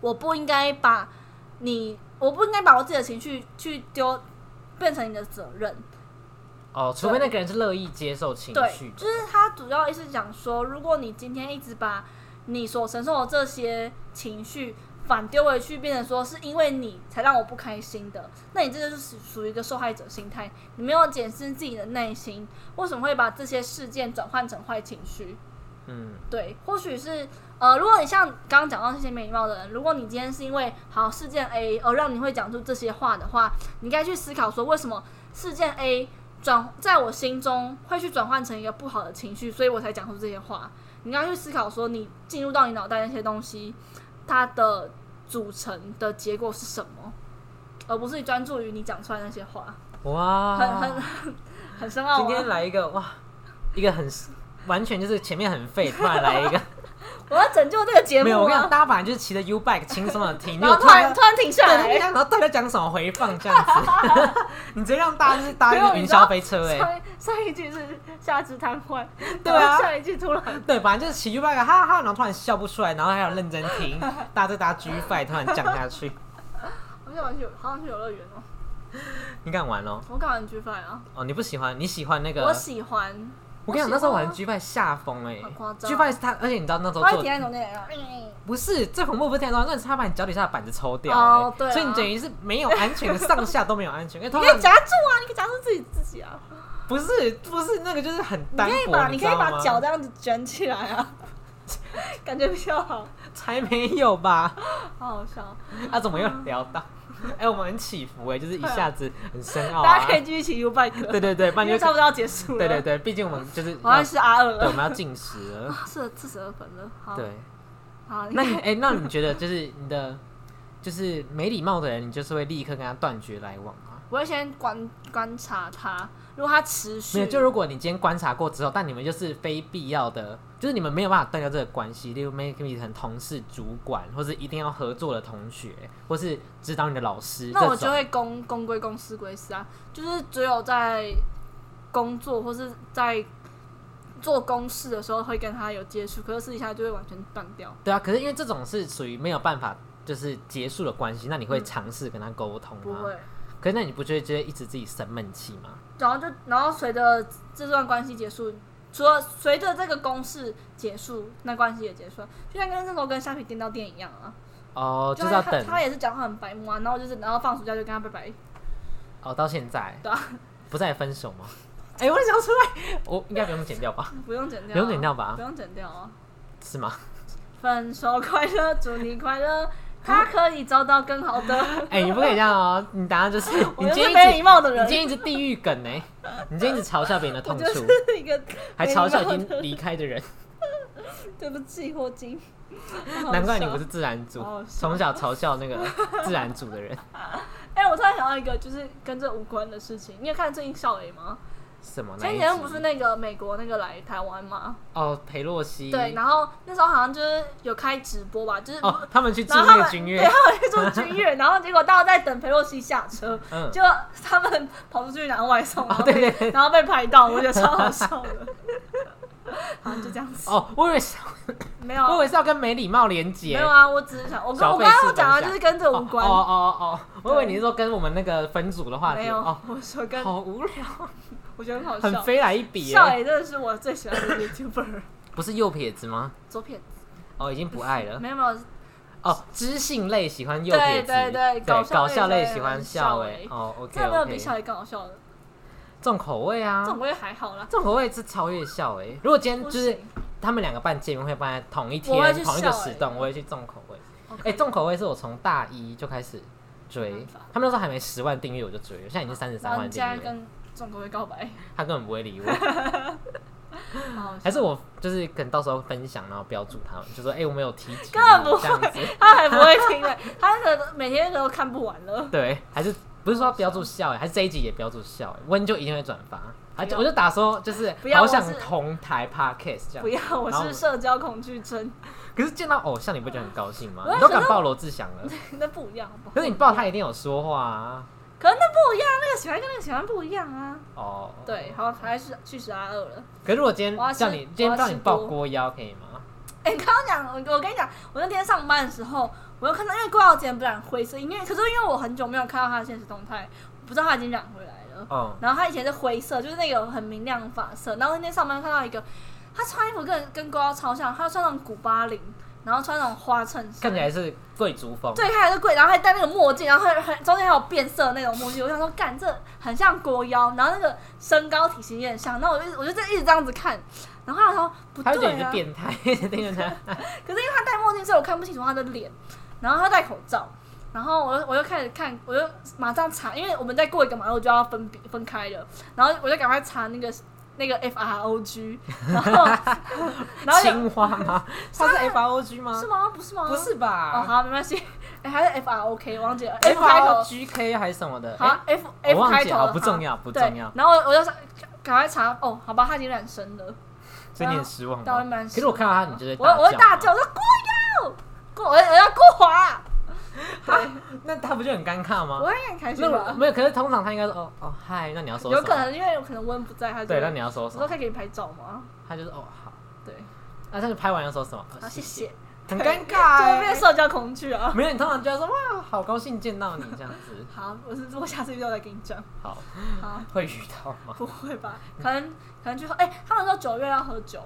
S2: 我不应该把你，我不应该把我自己的情绪去丢，变成你的责任。
S1: 哦，除非那个人是乐意接受情
S2: 对，
S1: 绪的。
S2: 就是他主要意思讲说，如果你今天一直把你所承受的这些情绪反丢回去，变成说是因为你才让我不开心的，那你这就是属属于一个受害者心态，你没有检视自己的内心，为什么会把这些事件转换成坏情绪？
S1: 嗯，
S2: 对，或许是呃，如果你像刚刚讲到那些没礼貌的人，如果你今天是因为好事件 A 而让你会讲出这些话的话，你应该去思考说，为什么事件 A 转在我心中会去转换成一个不好的情绪，所以我才讲出这些话。你应该去思考说，你进入到你脑袋那些东西，它的组成的结果是什么，而不是专注于你讲出来那些话，
S1: 哇，
S2: 很很很深奥、
S1: 今天
S2: 啊。
S1: 来一个哇，一个很完全就是前面很废，突然来一个
S2: 我要拯救这个 节
S1: 没有，
S2: 目
S1: 我跟你
S2: 啊！
S1: 讲，大家本来就是骑着 U bike 轻松的听，
S2: 然后
S1: 就
S2: 突然突然停下
S1: 对，
S2: 来
S1: 然，后到底在讲什么回放这样子， 你直接让大家就是搭一
S2: 没有
S1: 个
S2: 你
S1: 云
S2: 知道
S1: 霄飞车哎、
S2: 上一上一句是下肢瘫痪，
S1: 对啊
S2: 然后下一句突然
S1: 对，本来就是骑 U bike 哈哈，然后突然笑不出来，然后还有认真听， 大家在搭 G five 突然降下去，
S2: 我想玩去，好想去游乐园哦，
S1: 你敢玩哦？
S2: 我敢玩 G 饭啊，
S1: 哦，你不喜欢？你喜欢那个？
S2: 我喜欢，
S1: 我跟你讲，
S2: 喜
S1: 那时候
S2: 欢
S1: 玩 G five 下风哎、
S2: 好夸张
S1: g five 是他，而且你知道那时候
S2: 我会
S1: 做
S2: 停在中间啊，嗯
S1: 不是最恐怖不是天窗，那是他把你脚底下的板子抽掉、
S2: 哦
S1: 欸
S2: 对啊
S1: 所以你等于是没有安全的，上下都没有安 全。因为
S2: 你
S1: 通
S2: 可以
S1: 常
S2: 夹住啊，你可以夹住自己自己啊，
S1: 不是不是那个就是很
S2: 你
S1: 单
S2: 可以
S1: 薄，
S2: 把
S1: 你
S2: 你
S1: 知
S2: 可以
S1: 道吗
S2: 把脚这样子卷起来啊， 感觉比较好，
S1: 才没有 吧？
S2: 好好笑，
S1: 啊，怎么又聊到？哎、我们很起伏哎、就是一下 子很深奥、啊。
S2: 大家可以继续骑 U bike，
S1: 对对对，不然
S2: 因
S1: 就
S2: 为差不多要结束了，
S1: 对对，对，毕竟我们就是
S2: 好像
S1: 要
S2: 是 R
S1: 对我
S2: 了，
S1: 们要进食了。
S2: 是四十二分了，好，
S1: 对，
S2: 好，
S1: 那你哎、那你觉得就是你的就是没礼貌的人，你就是会立刻跟他断绝来往吗？
S2: 我会先观观察他，如果他持
S1: 没有，
S2: 续，
S1: 就如果你今天观察过之后，但你们就是非必要的，就是你们没有办法断掉这个关系，例如 maybe 你很同事、主管，或是一定要合作的同学，或是指导你的老师，
S2: 那我
S1: 这
S2: 就
S1: 种
S2: 会公公归公，私归私啊，就是只有在工作或是在做公事的时候会跟他有接触，可是私底下就会完全断掉。
S1: 对啊。可是因为这种是属于没有办法就是结束的关系，那你会
S2: 嗯
S1: 尝试跟他沟通
S2: 不
S1: 吗？
S2: 会，
S1: 可是那你不就会觉得一直自己生闷气吗？
S2: 然后就然后随着这段关系结束，除了随着这个公事结束，那关系也结束了，就像跟那时候跟虾皮订到店一样啊，
S1: 哦，就是
S2: 他
S1: 要
S2: 他
S1: 等
S2: 他也是讲话很白目啊，然后就是然后放暑假就跟他拜拜，
S1: 哦，到现在
S2: 对啊，
S1: 不再分手吗？哎、我想出来，我应该不用剪掉吧？
S2: 不用剪掉、啊，
S1: 不用剪掉吧
S2: 不用剪掉啊。
S1: 是吗？
S2: 分手快乐，祝你快乐，他可以找到更好的。
S1: 哎、你不可以这样哦，你答案就是
S2: 我
S1: 你
S2: 就
S1: 今天
S2: 是
S1: 一
S2: 没
S1: 直
S2: 礼貌的
S1: 你
S2: 人，
S1: 今天一直地狱梗呢、欸你今天一直嘲笑别人的
S2: 我
S1: 痛
S2: 就
S1: 处，
S2: 是一个
S1: 还嘲笑已
S2: 没礼貌的
S1: 经
S2: 人
S1: 离开的人，
S2: 对不起霍 金。
S1: 难怪你不
S2: 好
S1: 是
S2: 笑。哦
S1: 自然组
S2: 好好，笑
S1: 从小嘲笑那个自然组的人，
S2: 哎、我突然想到一个，就是跟这无关的事情。你有看最近少爷吗？
S1: 什么？
S2: 前几
S1: 哪一
S2: 天
S1: 集
S2: 不是那个美国那个来台湾吗？
S1: 哦，裴洛西
S2: 对，然后那时候好像就是有开直播吧，就是、
S1: 哦，他们去住
S2: 然后他
S1: 那
S2: 们
S1: 个军乐
S2: 对，，他们去做军 乐，然后结果大家在等裴洛西下车，
S1: 嗯，
S2: 结果他们跑出去拿外送，然后
S1: 哦对
S2: 被
S1: 对对
S2: 然后被拍到，我觉得超好笑的。 好，就这样子，
S1: 哦，我以为是
S2: 没有啊，
S1: 我以为是要跟没礼貌连
S2: 没
S1: 结
S2: 有。啊，我只是想，我跟
S1: 小
S2: 我
S1: 费
S2: 刚
S1: 是
S2: 刚讲
S1: 分
S2: 的
S1: 享
S2: 就是跟这
S1: 哦
S2: 无关，
S1: 哦哦哦，我以为
S2: 对
S1: 你是说跟我们那个分组的话
S2: 没
S1: 题
S2: 有，
S1: 哦，
S2: 我说跟
S1: 好无聊，
S2: 我觉得很好
S1: 很
S2: 笑。欸
S1: 飞来一笔耶，
S2: 少爷真的是我最喜欢的 YouTuber，
S1: 不是右撇子吗？
S2: 左撇子
S1: 哦，已经不爱了
S2: 没有没有，
S1: 哦，知性类喜欢右撇子，
S2: 对对对
S1: 搞
S2: 搞笑类
S1: 笑类喜
S2: 喜
S1: 欢
S2: 欢
S1: 笑
S2: 笑
S1: 哎
S2: 欸，
S1: 哦，OK
S2: 真的没有比
S1: OK，
S2: 少爷更好笑的，
S1: 重口味啊
S2: 这，种我也还好啦。
S1: 重口味是超越笑哎。如果今天
S2: 不
S1: 就是
S2: 行
S1: 他们两个办见面会办在同一
S2: 我会
S1: 天
S2: 去
S1: 同一个
S2: 笑欸
S1: 时段，我会去重口味。哎，
S2: OK，
S1: 重口味是我从大一就开始追
S2: 没办法，
S1: 他们那时候还没十万订阅我就追了，现在已经三十
S2: 然
S1: 三
S2: 后
S1: 万
S2: 你
S1: 订
S2: 现在
S1: 阅，
S2: 跟中国会告 白，
S1: 他根本不会理我。
S2: 好好笑
S1: 还是我就是可能到时候分享，然后标注他们，就说哎、我们有提 及，
S2: 根本不
S1: 这样子，
S2: 他还不会听的， 他可能每天都看不完了。
S1: 对，还是不是说标注笑、哎，还是这一集也标注笑、哎，温就一定会转发，还
S2: 不要
S1: 我就打说就是
S2: 不要
S1: 好想
S2: 我是
S1: 同台 podcast 这
S2: 不
S1: 样，
S2: 要，我
S1: 啊然后我
S2: 是社交恐惧症，
S1: 可是见到偶像你不觉得很高兴吗？
S2: 我也
S1: 你都
S2: 觉得
S1: 敢抱罗志祥了，
S2: 那不一样，好不好
S1: 可是你抱他一定有说话啊，
S2: 可是那不一样，那个喜欢跟那个喜欢不一样啊。
S1: 哦，
S2: 对，好，还是去十阿二了。
S1: 可是如果今
S2: 我要
S1: 天
S2: 吃
S1: 叫你今天
S2: 我要
S1: 叫
S2: 吃
S1: 你抱
S2: 锅
S1: 郭腰可以吗？
S2: 哎、你刚刚讲，我我跟你讲，我那天上班的时候，我又看到，因为郭耀坚不染灰色，因为可是因为我很久没有看到他的现实动态，我不知道他已经染回来了。
S1: 嗯，
S2: 然后他以前是灰色，就是那个很明亮的发色。然后那天上班看到一个，他穿衣服跟跟郭耀超像，他穿那种古巴领，然后穿那种花衬衫，
S1: 看起来是贵族风，
S2: 最开始是贵，然后还戴那个墨镜，然后还还中间还有变色的那种墨镜。我想说，干这很像国妖，然后那个身高体型也很像。那我就我就这一直这样子看，然后他说不
S1: 他会觉
S2: 对
S1: 得你是
S2: 啊，
S1: 变态， 盯着他。
S2: 可是因为他戴墨镜，所以我看不清楚他的脸。然后他戴口罩，然后我就我就开始看，我就马上查，因为我们再过一个马路就要分别分开了。然后我就赶快查那个 那个 F R O G，然后然后有
S1: 青蛙吗？他是 F R O G 吗
S2: 是？吗？不是吗？
S1: 不是啊
S2: 哦，
S1: 吧
S2: 好，没关系。 哎、还是 F R O K，我忘记了 F
S1: ？F
S2: 开
S1: R
S2: 头
S1: O。G K 还是什么的？
S2: 好啊，F
S1: 哎
S2: F
S1: 我
S2: 开
S1: 忘
S2: 头
S1: 记
S2: 的
S1: 了，不重
S2: 好
S1: 要，不
S2: 对
S1: 重要，
S2: 然后我就赶快查，哦，好吧，他已经染深了，
S1: 所以你很失望
S2: 但我
S1: 吗？
S2: 蛮
S1: 可是我看到他，你就会
S2: 我我会大叫，我说过呀，过我我要过华，
S1: 那他不就很尴尬
S2: 我
S1: 吗？
S2: 会很开心
S1: 那我
S2: 吧？
S1: 没有，可是通常他应该说哦哦嗨，那你要说什
S2: 有可
S1: 么？
S2: 能因为有可能温不在，他就
S1: 啊对，那你要说
S2: 我
S1: 什
S2: 说
S1: 么？
S2: 可以给你拍照吗？
S1: 他就是哦好，
S2: 对，
S1: 那他就拍完要说什么？
S2: 好
S1: 哦
S2: 谢，谢，
S1: 很尴
S2: 就
S1: 尬
S2: 会变
S1: 欸。
S2: 社交恐惧啊。
S1: 没有，你通常就要说哇，好高兴见到你这样子，
S2: 好，我是我下次遇到再跟你讲。
S1: 好
S2: 好，
S1: 会遇到吗？
S2: 不会吧？可能可能去喝，哎、他们说九月要喝酒，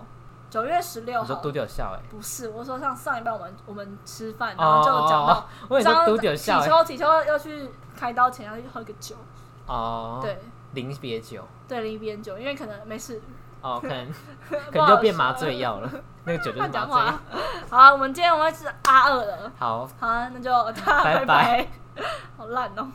S2: 九月十六
S1: 你说
S2: 号
S1: 嘟。丢笑哎，
S2: 不是，我说上上一半我们我们吃饭，然
S1: 哦
S2: 后就
S1: 哦
S2: 讲
S1: 哦
S2: 到
S1: 哦我也
S2: 张
S1: 说嘟丢笑
S2: 体
S1: 哎，
S2: 秋体秋要去开刀前要去喝个酒，
S1: 哦，
S2: 对
S1: 临别酒。
S2: 对，另一边酒，因为可能没事，
S1: 哦，可能可
S2: 不好
S1: 能就变
S2: 说
S1: 麻醉药了，那个酒就是
S2: 乱
S1: 麻
S2: 讲
S1: 醉
S2: 话
S1: 药
S2: 啊。。好啊，我们今天我们是 R 二了，
S1: 好，
S2: 好啊，那就大家
S1: 拜
S2: 拜拜，好烂哦。